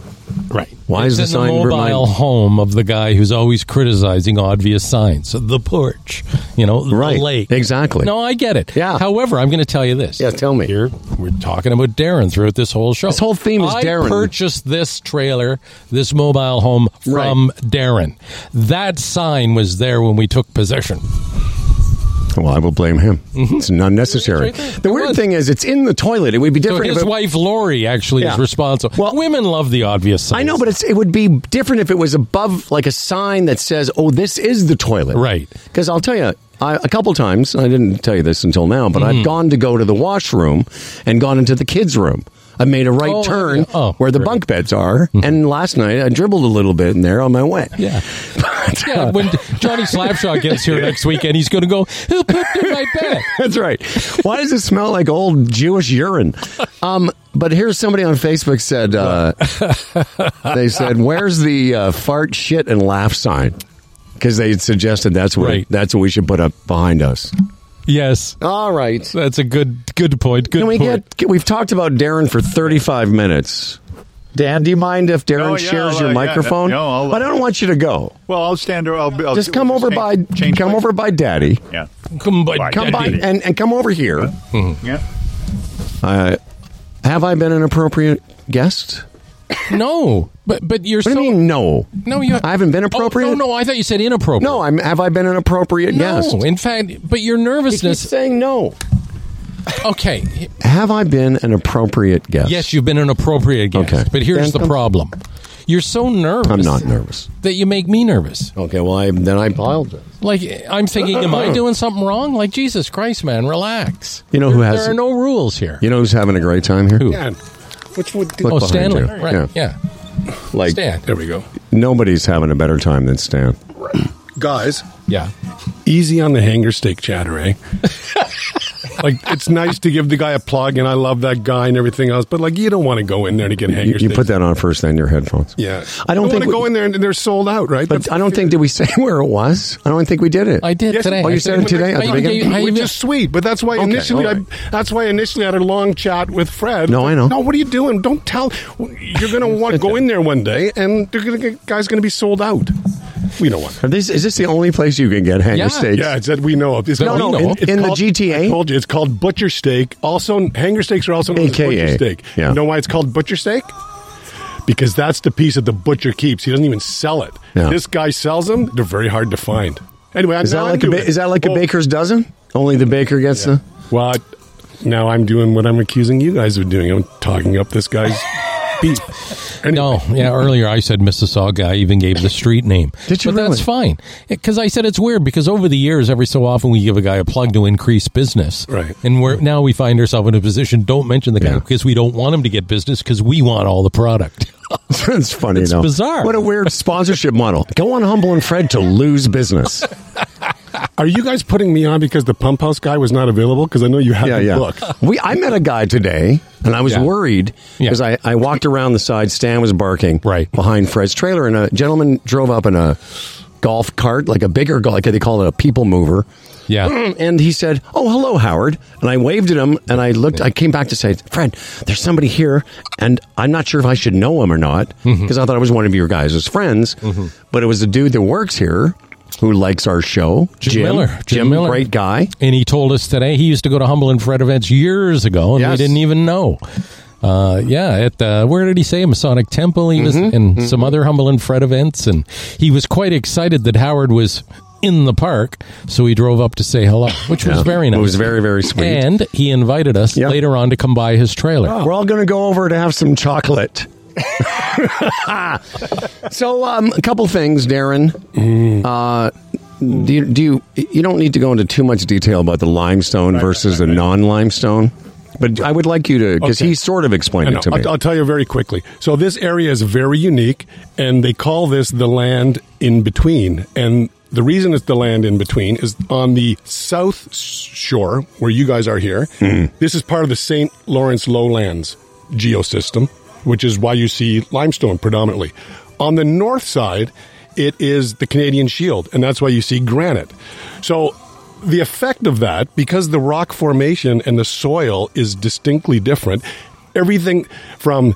Speaker 3: Right.
Speaker 2: Why
Speaker 3: it's
Speaker 2: is the
Speaker 3: in
Speaker 2: sign
Speaker 3: the mobile
Speaker 2: remind-
Speaker 3: home of the guy who's always criticizing obvious signs? The porch, you know,
Speaker 2: Right.
Speaker 3: the lake.
Speaker 2: Exactly.
Speaker 3: No, I get it.
Speaker 2: Yeah.
Speaker 3: However, I'm going to tell you this.
Speaker 2: Yeah, tell me.
Speaker 3: Here, we're talking about Darren throughout this whole show.
Speaker 2: This whole theme is
Speaker 3: I
Speaker 2: Darren.
Speaker 3: purchased this trailer, this mobile home from Darren. That sign was there when we took possession.
Speaker 2: Well, I will blame him. It's unnecessary.
Speaker 3: Mm-hmm. It's right there.
Speaker 2: the
Speaker 3: It
Speaker 2: weird
Speaker 3: was.
Speaker 2: thing is, it's in the toilet. It would be
Speaker 3: So
Speaker 2: different.
Speaker 3: his
Speaker 2: if it-
Speaker 3: wife Lori actually
Speaker 2: Yeah.
Speaker 3: is responsible.
Speaker 2: Well-
Speaker 3: women love the obvious signs.
Speaker 2: I know, but it's, it would be different if it was above, like a sign that says, "Oh, this is the toilet."
Speaker 3: Right.
Speaker 2: Because I'll tell you, I, a couple times I didn't tell you this until now, but
Speaker 3: Mm-hmm.
Speaker 2: I've gone to go to the washroom and gone into the kids' room. I made a right
Speaker 3: Oh,
Speaker 2: turn
Speaker 3: yeah. Oh,
Speaker 2: where the
Speaker 3: right.
Speaker 2: bunk beds are, and last night I dribbled a little bit in there on my way.
Speaker 3: Yeah.
Speaker 2: But,
Speaker 3: Yeah,
Speaker 2: uh,
Speaker 3: when Johnny Slapshot gets here next weekend, he's going to go, who pooped in my bed?
Speaker 2: That's right. Why does it smell like old Jewish urine? Um, but here's somebody on Facebook said uh, they said, "Where's the uh, fart, shit, and laugh sign?" Because they suggested that's what
Speaker 3: Right.
Speaker 2: that's what we should put up behind us.
Speaker 3: Yes,
Speaker 2: All right.
Speaker 3: that's a good good point. Good
Speaker 2: Can we
Speaker 3: point.
Speaker 2: get? We've talked about Darren for 35 minutes. Dan, do you mind if Darren
Speaker 1: Oh, yeah,
Speaker 2: shares
Speaker 1: I'll,
Speaker 2: your
Speaker 1: uh, yeah,
Speaker 2: microphone?
Speaker 1: no, I'll-
Speaker 2: I don't want you to go.
Speaker 1: Well, I'll stand. Or I'll, be- I'll
Speaker 2: Just come over
Speaker 1: change-
Speaker 2: by.
Speaker 1: Change
Speaker 2: come
Speaker 1: place.
Speaker 2: over by Daddy.
Speaker 1: Yeah.
Speaker 3: Come by,
Speaker 2: Come by
Speaker 3: Daddy.
Speaker 2: and, and come over here.
Speaker 1: Yeah.
Speaker 2: I have I been an appropriate guest?
Speaker 3: No, but but you're
Speaker 2: What
Speaker 3: so
Speaker 2: do you mean? No,
Speaker 3: no. You
Speaker 2: I haven't been
Speaker 3: Oh,
Speaker 2: appropriate.
Speaker 3: no, no, I thought you said inappropriate.
Speaker 2: no. I'm. Have I been an appropriate
Speaker 3: no.
Speaker 2: guest?
Speaker 3: In fact, but your
Speaker 2: He keeps
Speaker 3: nervousness.
Speaker 2: saying no.
Speaker 3: Okay,
Speaker 2: Have I been an appropriate guest?
Speaker 3: Yes, you've been an appropriate guest.
Speaker 2: Okay.
Speaker 3: But here's
Speaker 2: Then
Speaker 3: the
Speaker 2: come-
Speaker 3: problem. You're so nervous.
Speaker 2: I'm not nervous.
Speaker 3: That you make me nervous.
Speaker 2: Okay. Well, I, then I apologize.
Speaker 3: Like I'm thinking, am I doing something wrong? Like Jesus Christ, man, relax.
Speaker 2: Uh-uh. You know
Speaker 3: there,
Speaker 2: who has-
Speaker 3: There are no rules here.
Speaker 2: You know who's having a great time here?
Speaker 3: Who?
Speaker 4: Yeah. Which would do
Speaker 2: Look
Speaker 3: oh,
Speaker 2: behind
Speaker 3: Stanley.
Speaker 2: you.
Speaker 3: Right. Yeah.
Speaker 2: Like
Speaker 3: Stan. There we go.
Speaker 2: nobody's having a better time than Stan.
Speaker 4: guys
Speaker 3: Yeah.
Speaker 4: easy on the hanger steak chatter, eh? like it's nice to give the guy a plug, and I love that guy and everything else, but like you don't want to go in there to get hanger
Speaker 2: You, you
Speaker 4: steak.
Speaker 2: put that on first, then your headphones.
Speaker 4: yeah.
Speaker 2: I don't think
Speaker 4: want to
Speaker 2: we-
Speaker 4: go in there and they're sold out, right?
Speaker 2: But I don't think did we say where it was? I don't think we did it.
Speaker 3: I did
Speaker 4: Yes,
Speaker 3: today.
Speaker 4: oh,
Speaker 2: you
Speaker 3: I
Speaker 2: said it today at
Speaker 3: I
Speaker 2: the
Speaker 3: even
Speaker 2: beginning?
Speaker 3: gave- I
Speaker 4: which
Speaker 3: even-
Speaker 4: is sweet, but that's why
Speaker 2: Okay,
Speaker 4: initially
Speaker 2: all
Speaker 4: I that's why initially I had a long chat with Fred.
Speaker 2: No, I know.
Speaker 4: No, what are you doing? Don't tell. You're gonna want to go in there one day, and they're gonna get, guy's gonna be sold out. We don't want.
Speaker 2: Are this, is this the only place you can get hanger
Speaker 3: Yeah.
Speaker 2: steaks?
Speaker 4: Yeah, it's that we know of. It's
Speaker 3: No,
Speaker 4: called-
Speaker 3: no, in-
Speaker 2: in the
Speaker 4: called-
Speaker 2: GTA?
Speaker 4: I told you, it's called butcher steak. Also, hanger steaks are also known
Speaker 2: AKA,
Speaker 4: as butcher steak.
Speaker 2: yeah.
Speaker 4: You know why it's called butcher steak? Because that's the piece that the butcher keeps. He doesn't even sell it.
Speaker 2: Yeah.
Speaker 4: This guy sells them. They're very hard to find. Anyway,
Speaker 2: Is that
Speaker 4: now I'm
Speaker 2: like a ba-
Speaker 4: doing-
Speaker 2: is that like a
Speaker 4: Well,
Speaker 2: baker's dozen? Only the baker gets the.
Speaker 4: Well, I- now I'm doing what I'm accusing you guys of doing. I'm talking up this guy's beef. Anyway,
Speaker 3: No, yeah. Earlier, I said Mississauga. I even gave the street name.
Speaker 2: Did you
Speaker 3: But that's fine because I said it's weird because over the years, every so often we give a guy a plug to increase business,
Speaker 4: Right.
Speaker 3: And we're now we find ourselves in a position. Don't mention the guy
Speaker 2: Yeah.
Speaker 3: because we don't want him to get business because we want all the product.
Speaker 2: That's funny. It's
Speaker 3: bizarre.
Speaker 2: What a weird sponsorship model. Go on Humble and Fred to lose business.
Speaker 4: Are you guys putting me on because the pump house guy was not available? Because I know you have
Speaker 2: yeah,
Speaker 4: the
Speaker 2: yeah.
Speaker 4: book.
Speaker 2: We I met a guy today, and I was
Speaker 3: Yeah.
Speaker 2: worried
Speaker 3: Yeah.
Speaker 2: because I, I walked around the side. Stan was barking
Speaker 3: Right.
Speaker 2: behind Fred's trailer, and a gentleman drove up in a golf cart, like a bigger golf, like they call it a people mover.
Speaker 3: yeah,
Speaker 2: And he said, "Oh, hello, Howard." And I waved at him, and I looked. I came back to say, "Fred, there's somebody here, and I'm not sure if I should know him or not because
Speaker 3: Mm-hmm.
Speaker 2: I thought I was one of your guys' friends, but it was a dude that works here." Who likes our show?
Speaker 3: Jim Miller.
Speaker 2: Jim,
Speaker 3: Jim Miller.
Speaker 2: great guy.
Speaker 3: and he told us today he used to go to Humble and Fred events years ago, and
Speaker 2: Yes.
Speaker 3: we didn't even know. Uh, yeah, at uh, where did he say Masonic Temple? He was
Speaker 2: Mm-hmm,
Speaker 3: in some other Humble and Fred events, and he was quite excited that Howard was in the park, so he drove up to say hello, which was very nice.
Speaker 2: It was very, very sweet.
Speaker 3: And he invited us
Speaker 2: Yeah. Oh.
Speaker 3: later on to come by his trailer.
Speaker 2: We're all going to go over to have some chocolate. so, um, a couple things, Darren. Mm. Uh, do, you, do you you don't need to go into too much detail about the limestone versus the non-limestone, but I would like you to because
Speaker 4: Okay.
Speaker 2: he sort of explained
Speaker 4: I
Speaker 2: it to
Speaker 4: know.
Speaker 2: me.
Speaker 4: I'll, I'll tell you very quickly. So this area is very unique, and they call this the land in between. And the reason it's the land in between is on the south shore where you guys are here.
Speaker 2: Mm-hmm.
Speaker 4: This is part of the St. Lawrence Lowlands geosystem, which is why you see limestone predominantly. On the north side, it is the Canadian Shield, and that's why you see granite. So the effect of that, because the rock formation and the soil is distinctly different, everything from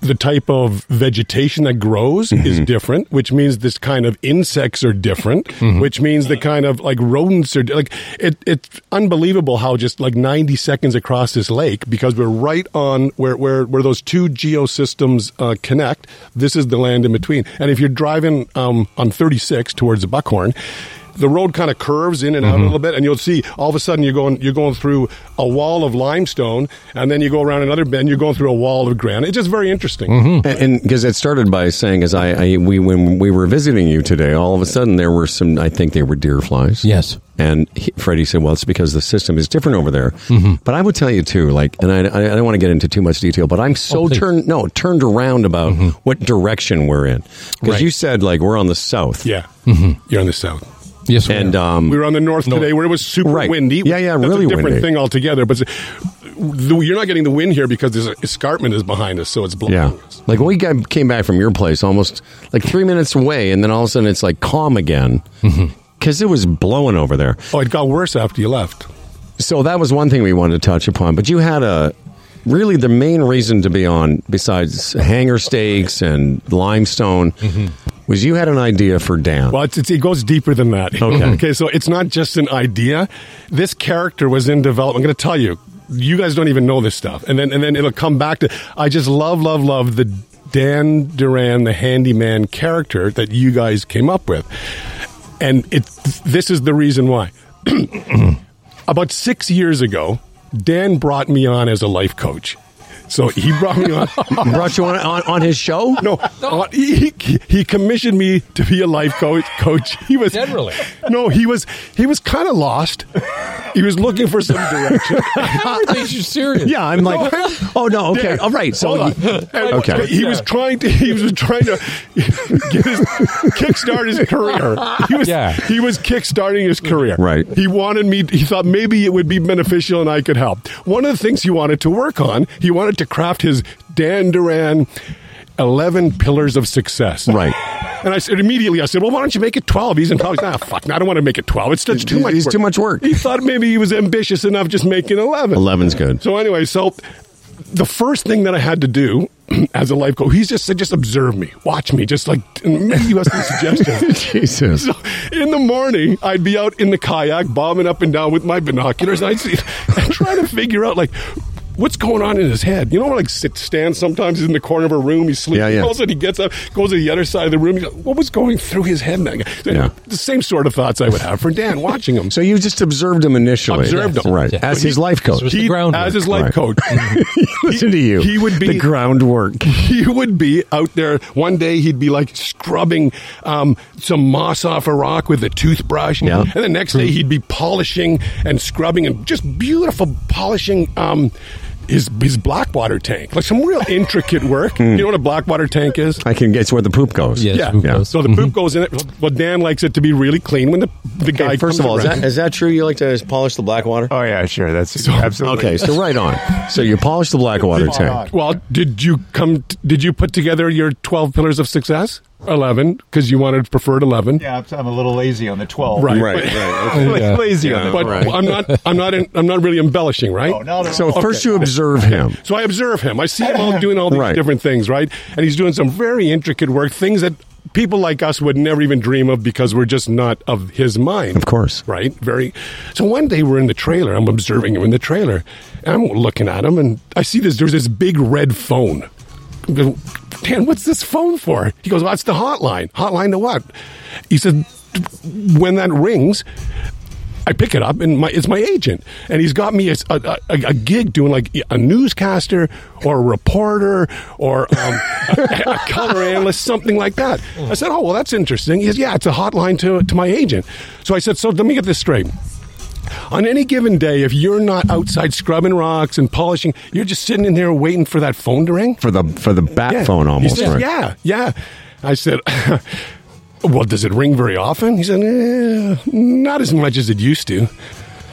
Speaker 4: the type of vegetation that grows is different, which means this kind of insects are different, which means the kind of like rodents are di- like it, it's unbelievable how just like 90 seconds across this lake because we're right on where where where those two geosystems uh, connect. This is the land in between, and if you're driving um, on 36 towards the Buckhorn, the road kind of curves in and
Speaker 2: Mm-hmm.
Speaker 4: out a little bit, and you'll see all of a sudden you're going you're going through a wall of limestone, and then you go around another bend, you're going through a wall of granite. It's just very interesting.
Speaker 2: and because it started by saying, as I, I we when we were visiting you today, all of a sudden there were some. I think they were deer flies.
Speaker 3: Yes.
Speaker 2: And he, Freddie said, "Well, it's because the system is different over there." But I would tell you too, like, and I, I, I don't want to get into too much detail, but I'm so
Speaker 3: Oh, please.
Speaker 2: turned no turned around about what direction we're in because
Speaker 3: Right.
Speaker 2: you said like we're on the south,
Speaker 4: Yeah,
Speaker 2: Mm-hmm.
Speaker 4: you're on the south.
Speaker 3: Yes, we
Speaker 2: and
Speaker 3: are.
Speaker 2: um,
Speaker 4: We were on the north today where it was super
Speaker 2: Right.
Speaker 4: windy.
Speaker 2: Yeah, yeah,
Speaker 4: That's
Speaker 2: really
Speaker 4: a different
Speaker 2: windy.
Speaker 4: thing altogether. But the, you're not getting the wind here because this escarpment is behind us, so it's blocking
Speaker 2: yeah.
Speaker 4: us.
Speaker 2: Like we got, came back from your place almost like three minutes away, and then all of a sudden it's like calm again because it was blowing over there.
Speaker 4: Oh, it got worse after you left.
Speaker 2: So that was one thing we wanted to touch upon. But you had a really the main reason to be on, besides hanger steaks and limestone,
Speaker 4: Mm-hmm.
Speaker 2: was you had an idea for Dan.
Speaker 4: Well, it's, it's, it goes deeper than that.
Speaker 2: Okay.
Speaker 4: okay, so it's not just an idea. This character was in development. I'm going to tell you. You guys don't even know this stuff, and then and then it'll come back to. I just love, love, love the Dan Duran, the handyman character that you guys came up with, and it. This is the reason why. About six years ago, Dan brought me on as a life coach. So he brought me on.
Speaker 2: Brought you on, on on his show.
Speaker 4: No, uh, he, he he commissioned me to be a life coach. Coach, he was
Speaker 3: Generally.
Speaker 4: no, he was he was kind of lost. He was looking for some direction.
Speaker 3: Everything's you serious.
Speaker 2: Yeah, I'm like, oh no, okay,
Speaker 4: Yeah.
Speaker 2: all right. So,
Speaker 4: Hold on. And-
Speaker 2: Okay.
Speaker 4: but he was trying to he was trying to get his kickstart his career. He was
Speaker 3: Yeah.
Speaker 4: he was kickstarting his career.
Speaker 2: Right.
Speaker 4: He wanted me. He thought maybe it would be beneficial and I could help. One of the things he wanted to work on, he wanted to craft his Dan Duran. 11 pillars of success.
Speaker 2: Right.
Speaker 4: And I said immediately, I said, well, why don't you make it 12? He's in college. Ah, fuck, I don't want to make it 12. It's just too much
Speaker 2: It's
Speaker 4: work.
Speaker 2: too much work.
Speaker 4: He thought maybe he was ambitious enough just making 11.
Speaker 2: 11's good.
Speaker 4: So anyway, so the first thing that I had to do as a life coach, he's just said, just observe me, watch me, just like and maybe you have some suggestions.
Speaker 2: Jesus.
Speaker 4: So in the morning, I'd be out in the kayak, bombing up and down with my binoculars. And I'd see, and try to figure out like what's going on in his head. You know, like sit stand sometimes he's in the corner of a room, he's sleeping.
Speaker 2: Yeah, yeah.
Speaker 4: All of a sudden, he gets up, goes to the other side of the room. He's like, what was going through his head, man? So
Speaker 2: Yeah.
Speaker 4: The same sort of thoughts I would have for Dan watching him.
Speaker 2: So you just observed him initially.
Speaker 4: Observed him.
Speaker 2: Right.
Speaker 4: Yeah.
Speaker 2: As his life coach.
Speaker 3: was the groundwork.
Speaker 4: as his life
Speaker 2: Right.
Speaker 4: coach,
Speaker 2: Listen to you.
Speaker 4: He would be
Speaker 2: the groundwork.
Speaker 4: he would be out there one day he'd be like scrubbing um, some moss off a rock with a toothbrush
Speaker 2: Yeah.
Speaker 4: and the next day he'd be polishing and scrubbing and just beautiful polishing um, his, his black water tank like some real intricate work
Speaker 2: Hmm.
Speaker 4: you know what a black water tank is
Speaker 2: I can guess where the poop goes.
Speaker 3: Yes,
Speaker 4: yeah,
Speaker 3: who
Speaker 2: yeah.
Speaker 3: knows?
Speaker 4: so the poop goes in it well dan likes it to be really clean when the, the guy
Speaker 2: Mm-hmm. Okay, first
Speaker 4: comes
Speaker 2: of all, is
Speaker 4: around.
Speaker 2: that, is that true? You like to polish the black water?
Speaker 1: Oh yeah, sure. That's absolutely
Speaker 2: Okay, so right on. So you polish the black water
Speaker 1: Spot on.
Speaker 2: tank.
Speaker 4: Well, did you come? Did you put together your twelve pillars of success? Eleven, because you wanted preferred eleven.
Speaker 1: Yeah, I'm- I'm a little lazy on the twelve.
Speaker 4: Right.
Speaker 2: Right,
Speaker 4: But-
Speaker 2: right.
Speaker 1: I'm like
Speaker 3: Yeah.
Speaker 1: lazy on the
Speaker 4: But
Speaker 2: Right.
Speaker 4: I'm not. I'm not. In, I'm not really embellishing, right?
Speaker 1: Oh, no, no,
Speaker 2: So
Speaker 1: no.
Speaker 2: first you observe him.
Speaker 4: So I observe him. I see him all doing all these
Speaker 2: Right.
Speaker 4: different things, right? And he's doing some very intricate work, things that people like us would never even dream of because we're just not of his mind.
Speaker 2: Of course.
Speaker 4: Right? Very. So one day we're in the trailer. I'm observing him in the trailer. And I'm looking at him and I see this. There's this big red phone. I go, Dan, what's this phone for? He goes, well, it's the hotline. Hotline to what? He said, when that rings, I pick it up, and my it's my agent, and he's got me a, a, a- a gig doing like a newscaster or a reporter or um, a, a color analyst, something like that. I said, "Oh, well, that's interesting." He says, "Yeah, it's a hotline to to my agent." So I said, "So let me get this straight." On any given day, if you're not outside scrubbing rocks and polishing, you're just sitting in there waiting for that phone to ring.
Speaker 2: For the for the bat
Speaker 4: Yeah.
Speaker 2: phone almost,
Speaker 4: He said,
Speaker 2: right?
Speaker 4: Yeah, yeah. I said, Well, does it ring very often? He said, eh, Not as much as it used to.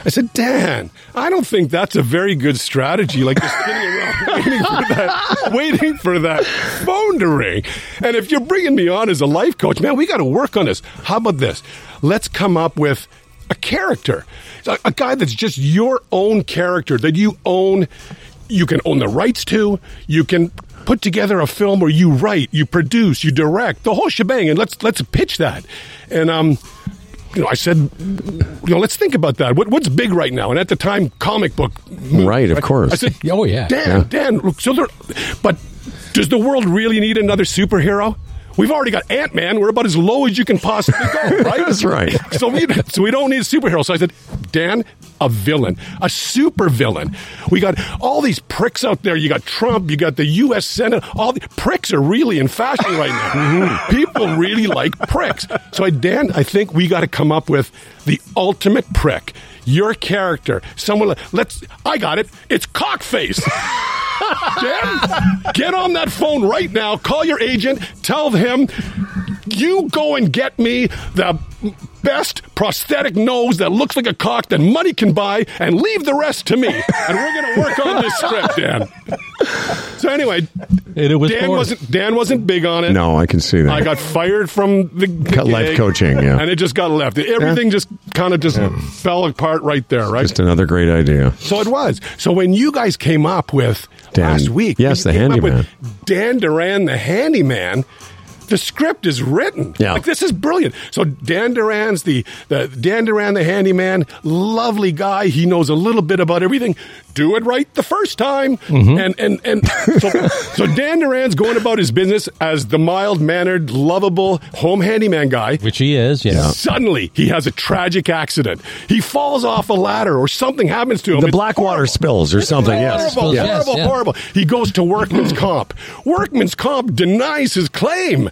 Speaker 4: I said, Dan, I don't think that's a very good strategy. Like just sitting around waiting for that, waiting for that phone to ring. And if you're bringing me on as a life coach, man, we got to work on this. How about this? Let's come up with a character, a, a guy that's just your own character that you own. You can own the rights to. You can put together a film where you write, you produce, you direct the whole shebang, and let's let's pitch that. And um, you know, I said, you know, let's think about that. What, what's big right now? And at the time, comic book. movies,
Speaker 2: Right, of course.
Speaker 4: I said,
Speaker 3: Oh, yeah.
Speaker 4: Dan, Dan. Look, so there, but does the world really need another superhero? We've already got Ant Man. We're about as low as you can possibly go, right?
Speaker 2: That's right.
Speaker 4: So we, so we don't need a superhero. So I said, Dan, a villain, a super villain. We got all these pricks out there. You got Trump. You got the U.S. Senate. All the pricks are really in fashion right now.
Speaker 2: Mm-hmm.
Speaker 4: People really like pricks. So I, Dan, I think we got to come up with the ultimate prick. Your character, someone. like- Let's. I got it. It's cockface. Dan, get on that phone right now. Call your agent. Tell him you go and get me the best prosthetic nose that looks like a cock that money can buy, and leave the rest to me. And we're going to work on this script, Dan. So anyway,
Speaker 3: And it was
Speaker 4: Dan
Speaker 3: porn.
Speaker 4: wasn't Dan wasn't big on it.
Speaker 2: No, I can see that.
Speaker 4: I got fired from the, the
Speaker 2: Cut life
Speaker 4: gig,
Speaker 2: coaching, yeah.
Speaker 4: and it just got left. Everything just kind of just fell apart right there, right?
Speaker 2: just another great idea.
Speaker 4: so it was. So when you guys came up with
Speaker 2: Dan-
Speaker 4: last week,
Speaker 2: yes,
Speaker 4: when
Speaker 2: the
Speaker 4: you came up with
Speaker 2: handyman.
Speaker 4: Dan Duran, the handyman. The script is written.
Speaker 2: Yeah.
Speaker 4: Like this is brilliant. So Dan Duran's the, the Dan Duran the handyman, lovely guy. He knows a little bit about everything. Do it right the first time.
Speaker 2: Mm-hmm.
Speaker 4: And and and so, so Dan Duran's going about his business as the mild mannered, lovable home handyman guy.
Speaker 3: Which he is, yeah.
Speaker 4: Suddenly, he has a tragic accident. He falls off a ladder, or something happens to him.
Speaker 2: The
Speaker 4: It's
Speaker 2: Blackwater spills or something. Yes.
Speaker 4: Horrible,
Speaker 3: Yeah.
Speaker 4: horrible,
Speaker 3: Yes, yeah.
Speaker 4: horrible. He goes to workman's comp. Workman's comp denies his claim.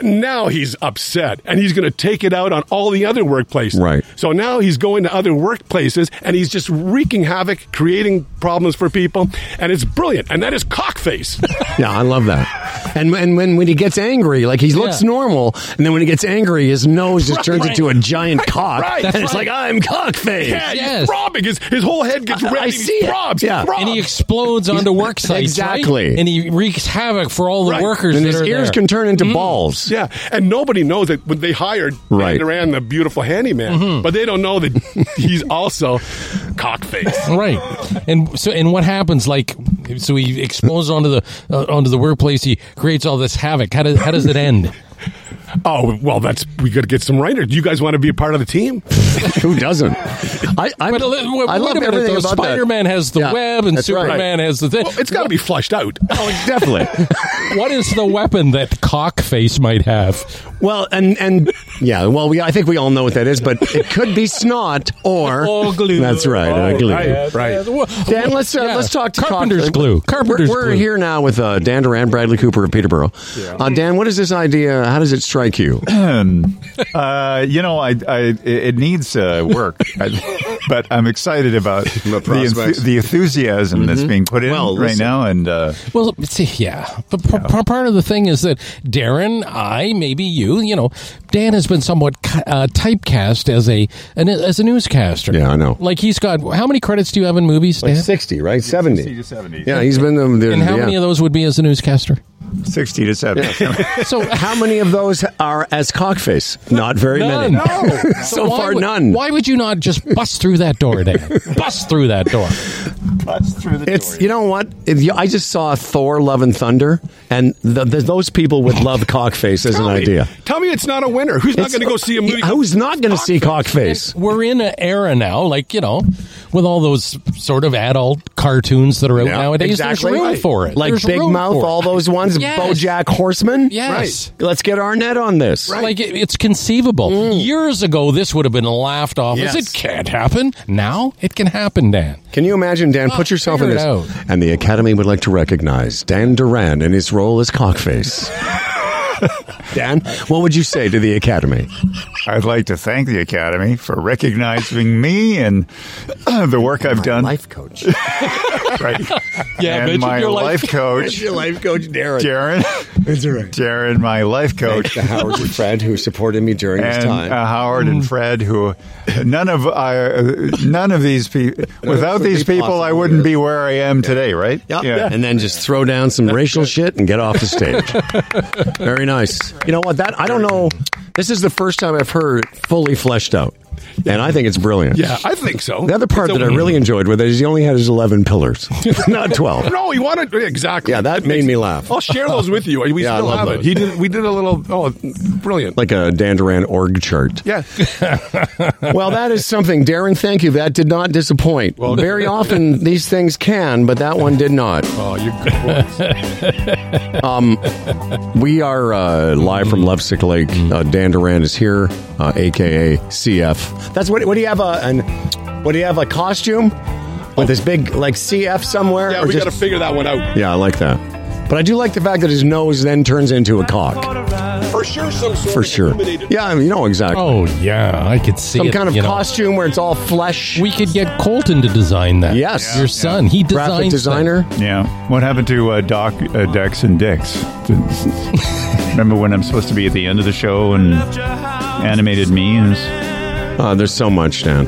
Speaker 4: Now he's upset and he's going to take it out on all the other workplaces.
Speaker 2: Right.
Speaker 4: So now he's going to other workplaces and he's just wreaking havoc, creating problems for people. And it's brilliant. And that is cockface.
Speaker 2: Yeah, I love that. And and when, when he gets angry, like he looks
Speaker 3: Yeah.
Speaker 2: normal, and then when he gets angry, his nose just turns
Speaker 4: Right.
Speaker 2: into a giant
Speaker 4: Right,
Speaker 2: cock,
Speaker 4: right.
Speaker 2: and
Speaker 4: That's
Speaker 2: it's
Speaker 4: right.
Speaker 2: like I'm cockface.
Speaker 4: yeah, he's
Speaker 3: Yes.
Speaker 4: throbbing. His, his whole head gets red.
Speaker 2: I
Speaker 4: and
Speaker 2: see
Speaker 4: he
Speaker 2: it.
Speaker 4: throbs.
Speaker 2: Yeah.
Speaker 4: throbs.
Speaker 3: And he explodes onto work sites. right?
Speaker 2: Exactly.
Speaker 3: And he wreaks havoc for all the
Speaker 4: Right.
Speaker 3: workers
Speaker 2: And
Speaker 3: that
Speaker 2: his
Speaker 3: are
Speaker 2: ears
Speaker 3: there. Mm.
Speaker 2: can turn into balls.
Speaker 4: Yeah, and nobody knows that when they hired
Speaker 2: Right.
Speaker 4: Dan Duran, the beautiful handyman,
Speaker 3: Mm-hmm.
Speaker 4: but they don't know that he's also cockface.
Speaker 3: Right, and so and what happens? Like, so he explodes onto the uh, onto the workplace. He creates all this havoc. How does how does it end?
Speaker 4: Oh well, that's we got to get some writers. Do you guys want to be a part of the team?
Speaker 2: Who doesn't? I I,
Speaker 3: But uh, wait,
Speaker 2: I
Speaker 3: wait
Speaker 2: love
Speaker 3: a minute,
Speaker 2: everything
Speaker 3: though.
Speaker 2: about that.
Speaker 3: Spider Man has the
Speaker 2: Yeah,
Speaker 3: web, and
Speaker 2: that's right.
Speaker 3: Superman has the thing.
Speaker 4: Well, it's got to be flushed out.
Speaker 2: Oh, definitely.
Speaker 3: what is the weapon that Cockface might have?
Speaker 2: Well, and and yeah, well, we I think we all know what that is, but it could be snot or
Speaker 3: Or glue.
Speaker 2: That's right, uh,
Speaker 4: Oh,
Speaker 2: glue.
Speaker 4: right, right.
Speaker 2: Dan, let's uh,
Speaker 3: Yeah.
Speaker 2: let's talk to
Speaker 3: Carpenter's
Speaker 2: Cox.
Speaker 3: glue. Carpenter's
Speaker 2: we're, we're
Speaker 3: glue.
Speaker 2: here now with uh, Dan Duran, Bradley Cooper of Peterborough. Uh, Dan, what is this idea? How does it strike you?
Speaker 1: Uh, you know, I, I it needs uh, work, I, but I'm excited about the,
Speaker 5: prospects.
Speaker 1: the enthusiasm
Speaker 2: Mm-hmm.
Speaker 1: that's being put in
Speaker 5: Well,
Speaker 1: right
Speaker 5: listen.
Speaker 1: now. And uh,
Speaker 3: Well, see, yeah. But p- p- part of the thing is that Darren, I, maybe you, you know, Dan has been somewhat ca- uh, typecast as a an, as a newscaster.
Speaker 2: Yeah, I know.
Speaker 3: Like he's got how many credits do you have in movies, Dan?
Speaker 2: sixty, right? Seventy.
Speaker 1: 60 to 70.
Speaker 2: Yeah, he's been the. the
Speaker 3: and how
Speaker 2: yeah.
Speaker 3: many of those would be as a newscaster?
Speaker 1: 60 to 70.
Speaker 3: So
Speaker 2: How many of those are as cockface? Not very
Speaker 3: none.
Speaker 2: many. so
Speaker 3: why
Speaker 2: far,
Speaker 3: would-
Speaker 2: none.
Speaker 3: Why would you not just bust through that door, Dan? bust through that door.
Speaker 1: Butts through the
Speaker 2: It's
Speaker 1: door.
Speaker 2: you know what If you- I just saw Thor: Love and Thunder, and the, the, those people would love Cockface as an
Speaker 4: Tell me-
Speaker 2: idea.
Speaker 4: Tell me it's not a winner. Who's not
Speaker 2: It's-
Speaker 4: going to go see a movie?
Speaker 2: Who's not going to see Cockface?
Speaker 3: We're in an era now, like you know, with all those sort of adult cartoons that are out
Speaker 2: Yeah,
Speaker 3: nowadays.
Speaker 2: exactly
Speaker 3: There's room
Speaker 2: right.
Speaker 3: for it.
Speaker 2: Like
Speaker 3: There's
Speaker 2: Big
Speaker 3: room
Speaker 2: Mouth,
Speaker 3: for it.
Speaker 2: all those ones,
Speaker 3: Yes.
Speaker 2: BoJack Horseman.
Speaker 3: Yes.
Speaker 2: Right. Let's get Arnett on this.
Speaker 3: Like it, it's conceivable. Years ago, this would have been laughed off as
Speaker 2: Mm. Yes.
Speaker 3: it can't happen. Now it can happen, Dan.
Speaker 2: Can you imagine, Dan?
Speaker 3: Oh,
Speaker 2: put yourself in
Speaker 3: figure
Speaker 2: this.
Speaker 3: it
Speaker 2: And the Academy would like to recognize Dan Duran in his role as Cockface. Dan, what would you say to the Academy?
Speaker 1: I'd like to thank the Academy for recognizing me and the work I've done.
Speaker 2: Life coach.
Speaker 1: Right.
Speaker 3: Yeah,
Speaker 1: and
Speaker 3: mention
Speaker 1: my
Speaker 3: your life
Speaker 1: life coach,
Speaker 2: life coach, Darren.
Speaker 1: Darren.
Speaker 2: That's all right.
Speaker 1: Darren, my life coach.
Speaker 2: To Howard and Fred, who supported me during this
Speaker 1: and
Speaker 2: time.
Speaker 1: uh, Howard
Speaker 3: Mm.
Speaker 1: and Fred, who none of I, uh, none of these people, without
Speaker 2: would be
Speaker 1: these people, I
Speaker 2: possible,
Speaker 1: wouldn't
Speaker 2: yeah.
Speaker 1: be where I am today, right?
Speaker 2: Yep. And then just throw down some racial shit and get off the stage. Very nice. You know what? That I don't know. This is the first time I've heard fully fleshed out, and I think it's brilliant.
Speaker 4: yeah, I think so.
Speaker 2: The other part
Speaker 4: It's
Speaker 2: that
Speaker 4: a
Speaker 2: I
Speaker 4: win.
Speaker 2: really enjoyed with it is he only had his eleven pillars, not twelve.
Speaker 4: no, oh, he wanted exactly.
Speaker 2: Yeah, that made me laugh.
Speaker 4: I'll share those with you. We
Speaker 2: Yeah, I
Speaker 4: still
Speaker 2: love
Speaker 4: have it.
Speaker 2: those.
Speaker 4: He did. We did a little. Oh, brilliant!
Speaker 2: Like a Dan Duran org chart.
Speaker 4: yeah,
Speaker 2: Well, that is something, Darren. Thank you. That did not disappoint. Well, very often these things can, but that one did not.
Speaker 4: oh, you're good. boys.
Speaker 2: We are uh, live from Lovesick Lake. Uh, Dan Duran is here, uh, aka CF. That's what. What do you have a? An, what do you have a costume with this big like CF somewhere?
Speaker 4: Yeah,
Speaker 2: or
Speaker 4: we
Speaker 2: just-
Speaker 4: got to figure that one out.
Speaker 2: yeah, I like that. But I do like the fact that his nose then turns into a cock
Speaker 4: For sure, some sort
Speaker 2: for
Speaker 4: of
Speaker 2: sure.
Speaker 4: intimidated-
Speaker 2: Yeah, I mean, you know exactly.
Speaker 3: Oh yeah, I could see
Speaker 2: Some
Speaker 3: it,
Speaker 2: kind of
Speaker 3: you know.
Speaker 2: costume where it's all flesh.
Speaker 3: We could get Colton to design that.
Speaker 2: Yes. Yeah,
Speaker 3: your
Speaker 2: yeah.
Speaker 3: son. He designed
Speaker 2: graphic designer.
Speaker 1: Yeah. What happened to uh, Doc, uh, Dex, and Dix? Remember when I'm supposed to be at the end of the show and animated memes?
Speaker 2: Uh, there's so much, Dan.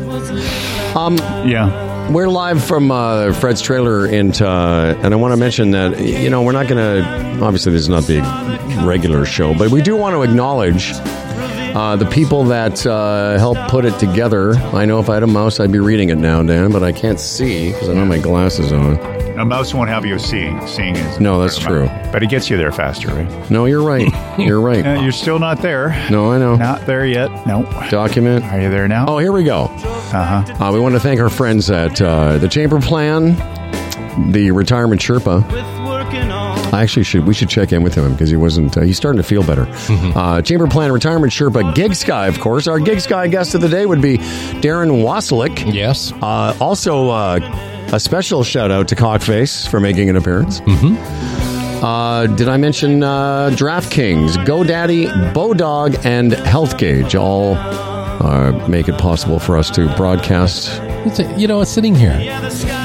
Speaker 2: Um,
Speaker 1: Yeah.
Speaker 2: We're live from uh, Fred's trailer, and uh, and I want to mention that you know we're not going to obviously this is not the regular show, but we do want to acknowledge uh, the people that uh, helped put it together. I know if I had a mouse, I'd be reading it now, Dan, but I can't see because I don't have my glasses on.
Speaker 1: A mouse won't have you seeing. Seeing is
Speaker 2: No, that's true.
Speaker 1: But it gets you there faster, right?
Speaker 2: No, you're right. You're
Speaker 1: Uh,
Speaker 2: right.
Speaker 1: you're still not there.
Speaker 2: No, I know.
Speaker 1: Not there yet. No.
Speaker 2: Document.
Speaker 1: Are you there now? Uh-huh.
Speaker 2: Oh, here we go. Uh, we want to thank our friends at uh, the Chamber Plan, the Retirement Sherpa. I actually should. We should check in with him because he wasn't. Uh, he's starting to feel better.
Speaker 3: Mm-hmm.
Speaker 2: Uh, Chamber Plan Retirement Sherpa Gig Sky, of course. Our Gig Sky guest of the day would be Darren Wasilick.
Speaker 3: Yes.
Speaker 2: Uh, also, uh, a special shout out to Cockface for making an appearance. Mm-hmm. Uh, did I mention uh, DraftKings, GoDaddy, Bodog, and HealthGauge all uh, make it possible for us to broadcast?
Speaker 3: It's a, you know, it's sitting here.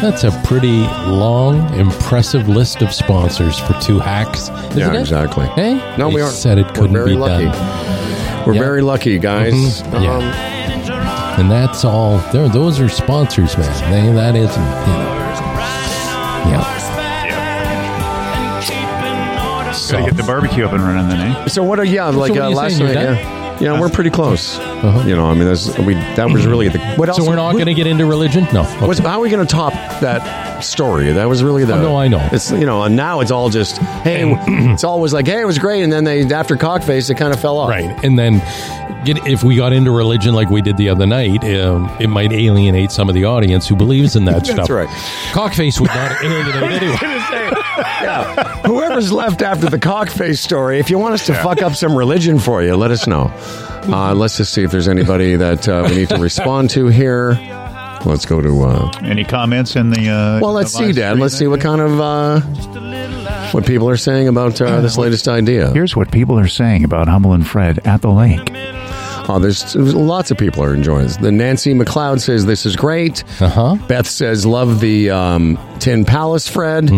Speaker 3: That's a pretty long, impressive list of sponsors for two hacks. Isn't
Speaker 2: Yeah,
Speaker 3: it?
Speaker 2: exactly.
Speaker 3: Hey,
Speaker 2: No,
Speaker 3: They
Speaker 2: we aren't.
Speaker 3: said it
Speaker 2: We're
Speaker 3: couldn't
Speaker 2: very
Speaker 3: be
Speaker 2: lucky.
Speaker 3: done,
Speaker 2: We're
Speaker 3: Yeah.
Speaker 2: very lucky, guys. Um,
Speaker 3: Mhm. Yeah. and that's all. There, those are sponsors, man. They, that isn't. You know. Yeah.
Speaker 1: Gotta
Speaker 3: So,
Speaker 1: get the barbecue up and running then, eh?
Speaker 2: So what are yeah like
Speaker 3: what are
Speaker 2: uh,
Speaker 3: you
Speaker 2: last night?
Speaker 3: saying, you're done? Uh-huh.
Speaker 2: Yeah, yeah, we're pretty close. You know, I mean, that's, we that was really the what else?
Speaker 3: so we're not going to get into religion. No. Okay.
Speaker 2: What's, how are we going to top that story? That was really the.
Speaker 3: Oh, no, I know.
Speaker 2: It's you know, and now it's all just hey. it's always like hey, it was great, and then they after cockface, it kind of fell off.
Speaker 3: Right. And then get, if we got into religion like we did the other night, um, it might alienate some of the audience who believes in that stuff.
Speaker 2: right.
Speaker 3: Cockface would not alienate anyone.
Speaker 2: Yeah. Whoever's left after the cockface story, if you want us to fuck up some religion for you, let us know. Uh, let's just see if there's anybody that uh, we need to respond to here. Let's go to. Uh,
Speaker 1: Any comments in the? Uh,
Speaker 2: Well, let's
Speaker 1: the
Speaker 2: see,
Speaker 1: live
Speaker 2: Dad.
Speaker 1: stream
Speaker 2: Let's
Speaker 1: then?
Speaker 2: see what kind of uh, what people are saying about uh, this latest idea.
Speaker 1: Here's what people are saying about Hummel and Fred at the lake.
Speaker 2: Oh, there's lots of people are enjoying this. The Nancy McLeod says this is great.
Speaker 3: Uh huh.
Speaker 2: Beth says love the um, Tin Palace, Fred.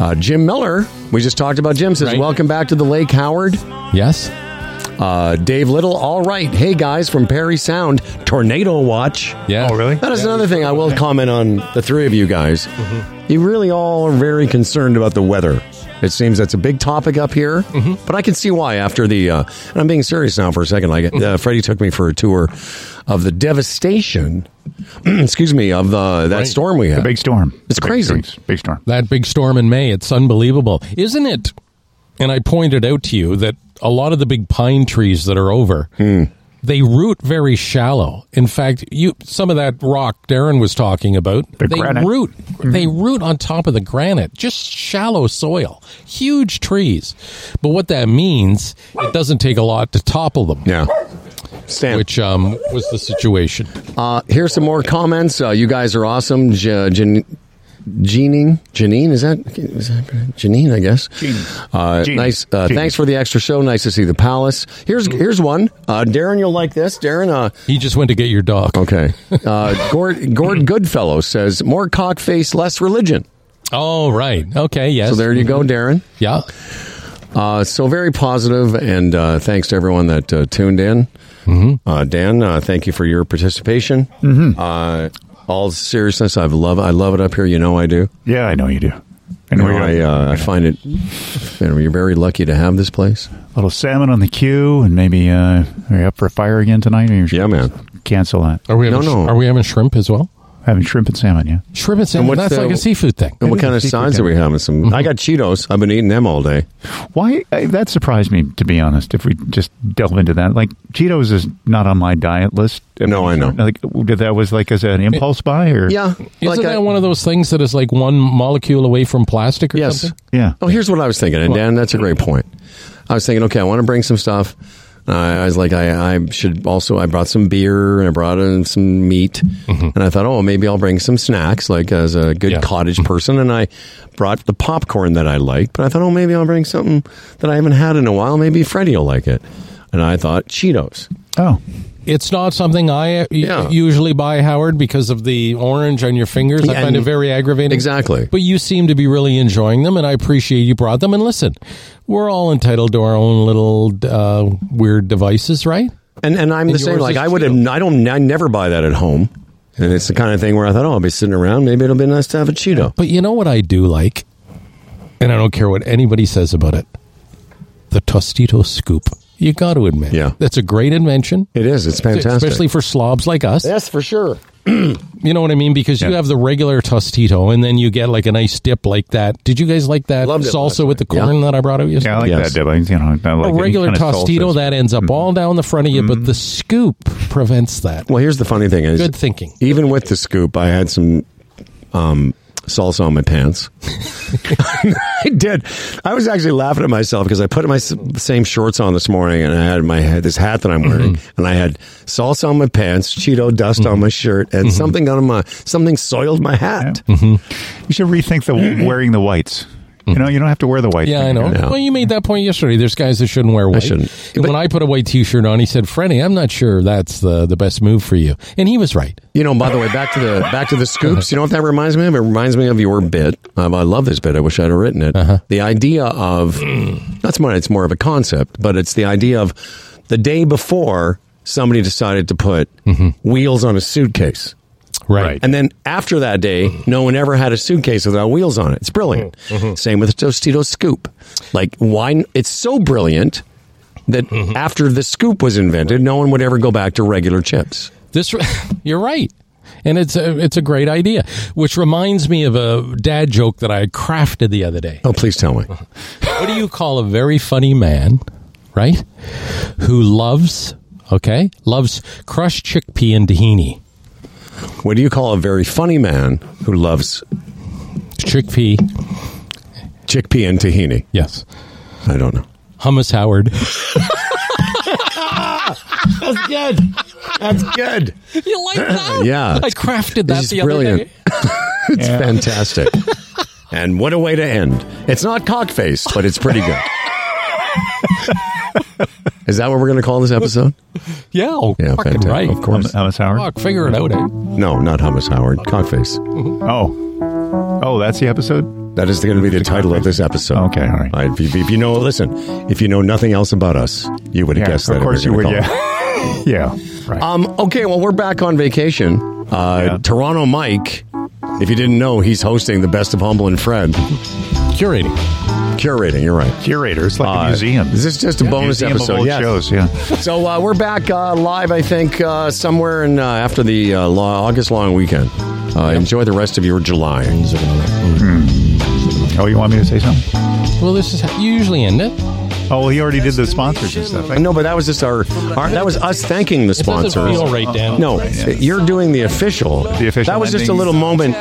Speaker 2: Uh, Jim Miller, we just talked about Jim, says
Speaker 3: Mm-hmm. Right.
Speaker 2: welcome back to the Lake Howard.
Speaker 3: Yes.
Speaker 2: Uh, Dave Little, all right. Hey, guys, from Perry Sound, Tornado Watch.
Speaker 3: Yeah.
Speaker 1: Oh, really?
Speaker 2: That is another thing Mm-hmm. I will comment on the three of you guys. You really all are very concerned about the weather. It seems that's a big topic up here, but I can see why after the. Uh, and I'm being serious now for a second. Like uh, Freddie took me for a tour of the devastation. excuse me of the that
Speaker 3: Right.
Speaker 2: storm we had.
Speaker 1: The big storm.
Speaker 2: It's
Speaker 1: The big
Speaker 2: crazy.
Speaker 1: storms. Big storm.
Speaker 3: That big storm in May, it's unbelievable, isn't it? And I pointed out to you that a lot of the big pine trees that are over,
Speaker 2: Hmm.
Speaker 3: they root very shallow. In fact, you some of that rock Darren was talking about,
Speaker 1: The
Speaker 3: they
Speaker 1: granite.
Speaker 3: root
Speaker 2: Mm-hmm.
Speaker 3: they root on top of the granite, just shallow soil, huge trees. But what that means, it doesn't take a lot to topple them.
Speaker 2: yeah. Stan,
Speaker 3: Which um, was the situation?
Speaker 2: uh, here's some more comments. Uh, you guys are awesome. J- Jan- Janine, Janine, is that, is that Janine? I guess. Uh,
Speaker 1: Gene.
Speaker 2: nice. Uh,
Speaker 1: Gene.
Speaker 2: thanks for the extra show. Nice to see the palace. Here's here's one. Uh, Darren, you'll like this. Darren. Uh,
Speaker 3: He just went to get your dog.
Speaker 2: okay. Uh, Gord, Gord Goodfellow says more cockface, less religion.
Speaker 3: Oh, right. Okay. Yes.
Speaker 2: So there you go, Darren.
Speaker 3: Yeah.
Speaker 2: Uh, so very positive, and uh, thanks to everyone that uh, tuned in.
Speaker 1: Mm-hmm.
Speaker 2: Uh, Dan, uh, thank you for your participation. Uh, all seriousness, I love I love it up here. You know I do.
Speaker 1: Yeah, I know you do. And we're
Speaker 2: I,
Speaker 1: gonna-
Speaker 2: uh, I find it. You know, you're very lucky to have this place.
Speaker 1: little salmon on the queue, and maybe uh, are you up for a fire again tonight? Or
Speaker 2: Yeah, man. Oh.
Speaker 1: Cancel that.
Speaker 3: Are we having,
Speaker 2: No, no.
Speaker 3: Are we having shrimp as well?
Speaker 1: Having shrimp and salmon, yeah.
Speaker 3: Shrimp and salmon.
Speaker 2: what's
Speaker 3: That's
Speaker 2: the-
Speaker 3: like a seafood thing.
Speaker 2: And what
Speaker 1: It is
Speaker 2: kind
Speaker 1: a
Speaker 2: of
Speaker 1: secret
Speaker 2: signs are we having? Some. I got Cheetos. I've been eating them all day.
Speaker 1: Why? I, that surprised me, to be honest. If we just delve into that, like Cheetos is not on my diet list.
Speaker 2: No, I know.
Speaker 1: Like that was like as an impulse buy, or
Speaker 2: Yeah.
Speaker 3: Isn't
Speaker 2: like
Speaker 3: that
Speaker 2: I-
Speaker 3: one of those things that is like one molecule away from plastic or
Speaker 2: Yes.
Speaker 3: something?
Speaker 1: yeah.
Speaker 2: Oh, here's what I was thinking, and Dan, that's a great point. I was thinking, okay, I want to bring some stuff. Uh, I was like, I, I should also. I brought some beer and I brought in some meat, and I thought, oh, maybe I'll bring some snacks, like as a good
Speaker 3: Mm-hmm. Yeah.
Speaker 2: cottage person. And I brought the popcorn that I liked, but I thought, oh, maybe I'll bring something that I haven't had in a while. Maybe Freddie will like it. And I thought Cheetos.
Speaker 1: Oh,
Speaker 3: It's not something I uh, y-
Speaker 2: Yeah.
Speaker 3: usually buy, Howard, because of the orange on your fingers. I
Speaker 2: Yeah,
Speaker 3: find it
Speaker 2: and-
Speaker 3: very aggravating.
Speaker 2: Exactly.
Speaker 3: But you seem to be really enjoying them, and I appreciate you brought them. And listen, we're all entitled to our own little uh, weird devices, right?
Speaker 2: And and I'm the
Speaker 3: yours
Speaker 2: same. Like
Speaker 3: is
Speaker 2: I would have.
Speaker 3: Cheetos.
Speaker 2: I don't. I never buy that at home. And it's the kind of thing where I thought, oh, I'll be sitting around. Maybe it'll be nice to have a Cheeto.
Speaker 3: But you know what I do like? And I don't care what anybody says about it. The Tostito scoop. You got to admit.
Speaker 2: Yeah.
Speaker 3: That's a great invention.
Speaker 2: It is. It's fantastic.
Speaker 3: Especially for slobs like us.
Speaker 2: yes, for sure.
Speaker 3: You know what I mean? Because you
Speaker 2: Yeah.
Speaker 3: have the regular Tostito and then you get like a nice dip like that. Did you guys like that
Speaker 2: Loved it last
Speaker 3: salsa with the
Speaker 2: night.
Speaker 3: corn
Speaker 2: Yeah.
Speaker 3: that I brought out yesterday?
Speaker 1: Yeah, I like
Speaker 2: Yes.
Speaker 1: that. Deb. I, you know, I like
Speaker 3: a
Speaker 1: any
Speaker 3: regular
Speaker 1: kind of
Speaker 3: Tostito
Speaker 1: salsas. Mm-hmm.
Speaker 3: that ends up all down the front of you, but the scoop prevents that.
Speaker 2: Well, here's the funny thing is,
Speaker 3: Good thinking.
Speaker 2: even with the scoop, I had some um, salsa on my pants. I did. I was actually laughing at myself because I put my s- same shorts on this morning, and I had my head this hat that I'm wearing, and I had salsa on my pants, Cheeto dust on my shirt, and something on my something soiled my hat.
Speaker 1: You should rethink the wearing the whites. You know, you don't have to wear the whites.
Speaker 3: Yeah, I know.
Speaker 2: Yeah.
Speaker 3: Well, you made that point yesterday. There's guys that shouldn't wear white.
Speaker 2: shouldn't.
Speaker 3: And
Speaker 2: But-
Speaker 3: when I put a white T-shirt on, he said, "Frenny, I'm not sure that's the the best move for you," and he was right.
Speaker 2: You know, by the way, back to the back to the scoops. You know what that reminds me of? It reminds me of your bit. Um, I love this bit. I wish I'd have written it. The idea of that's more. It's more of a concept, but it's the idea of the day before somebody decided to put wheels on a suitcase,
Speaker 1: Right.
Speaker 2: and then after that day, no one ever had a suitcase without wheels on it. It's brilliant. Same with the Tostito scoop. Like why? n- It's so brilliant that after the scoop was invented, no one would ever go back to regular chips.
Speaker 3: This, you're right, and it's a it's a great idea. Which reminds me of a dad joke that I crafted the other day.
Speaker 2: Oh, please tell me.
Speaker 3: What do you call a very funny man, right? Who loves okay loves crushed chickpea and tahini,
Speaker 2: What do you call a very funny man who loves
Speaker 3: chickpea,
Speaker 2: chickpea and tahini?
Speaker 3: yes,
Speaker 2: I don't know.
Speaker 3: hummus Howard.
Speaker 2: That's good. That's good.
Speaker 3: you like that?
Speaker 2: Yeah.
Speaker 3: I crafted that
Speaker 2: It's
Speaker 3: the other
Speaker 2: brilliant.
Speaker 3: day.
Speaker 2: it's fantastic. and what a way to end. It's not cockface, but it's pretty good. Is that what we're going to call this episode?
Speaker 3: Yeah, oh,
Speaker 2: Yeah,
Speaker 3: fucking
Speaker 2: fantastic.
Speaker 3: right.
Speaker 2: Of course.
Speaker 1: Thomas Howard.
Speaker 3: Fuck, figure it out. Eh?
Speaker 2: No, not hummus Howard. Cockface.
Speaker 1: Oh, oh, that's the episode.
Speaker 2: That is going to be the title of this episode.
Speaker 1: Okay, all right.
Speaker 2: if, you, if you know, listen, if you know nothing else about us, you would have
Speaker 1: Yeah,
Speaker 2: guessed that.
Speaker 1: of
Speaker 2: we
Speaker 1: course you
Speaker 2: were
Speaker 1: would.
Speaker 2: gonna call it.
Speaker 1: Yeah, yeah. Right.
Speaker 2: Um, okay, well, we're back on vacation. Uh,
Speaker 1: Yeah.
Speaker 2: Toronto Mike, if you didn't know, he's hosting the Best of Humble and Fred,
Speaker 3: Curating.
Speaker 2: curating. You're right.
Speaker 1: Curators like
Speaker 2: Uh,
Speaker 1: a museum.
Speaker 2: This is just a bonus
Speaker 1: museum
Speaker 2: episode.
Speaker 1: Of old
Speaker 2: yes.
Speaker 1: shows. Yeah.
Speaker 2: So uh, we're back uh, live, I think, uh, somewhere in uh, after the uh, lo- August long weekend. Uh, Enjoy the rest of your July.
Speaker 1: Oh, you want me to say something?
Speaker 3: Well, this is how you usually end it.
Speaker 1: Oh, well, he already did the sponsors and stuff.
Speaker 2: No, but that was just our, our that was us thanking the
Speaker 3: Doesn't
Speaker 2: sponsors.
Speaker 3: feel right, Dan.
Speaker 2: No, you're doing the official.
Speaker 1: The official
Speaker 2: That was just a
Speaker 1: ending.
Speaker 2: little moment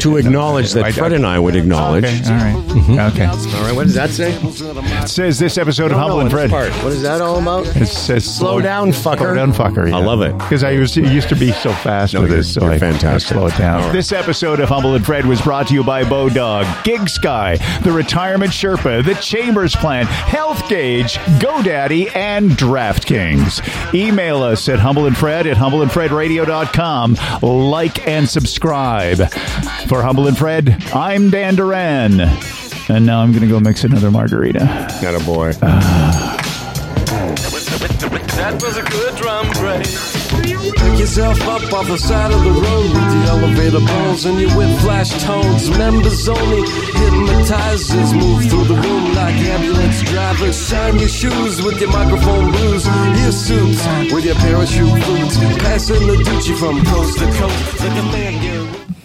Speaker 2: to acknowledge that
Speaker 1: I-
Speaker 2: Fred and I would acknowledge.
Speaker 1: Okay. All right. Okay.
Speaker 2: All right, what does that say?
Speaker 1: Mm-hmm. It says this episode of
Speaker 2: I don't
Speaker 1: Humble
Speaker 2: know
Speaker 1: and
Speaker 2: this
Speaker 1: Fred.
Speaker 2: part. What is that all about?
Speaker 1: It says
Speaker 2: Slow down, fucker.
Speaker 1: Slow down, fucker.
Speaker 2: I love it.
Speaker 1: because I was, used to be so fast
Speaker 2: No,
Speaker 1: with
Speaker 2: you're-
Speaker 1: this. So
Speaker 2: you're
Speaker 1: I
Speaker 2: fantastic.
Speaker 1: Slow it down.
Speaker 2: All right.
Speaker 1: This episode of Humble and Fred was brought to you by Bodog, Gig Sky, the Retirement Sherpa, the Chambers Plan, Health Gauge, GoDaddy, and DraftKings. Email us at humbleandfred at humbleandfredradio.com. Like and subscribe for Humble and Fred. I'm Dan Duran, and now I'm going to go mix another margarita.
Speaker 2: Got a boy.
Speaker 5: That was a good drum break. Pick yourself up off the side of the road with the elevator bones and you with flash tones. Members only hypnotizers move through the room like ambulance drivers. Shine your shoes with your microphone blues, your suits with your parachute boots. Passing the Gucci from coast to coast like a man.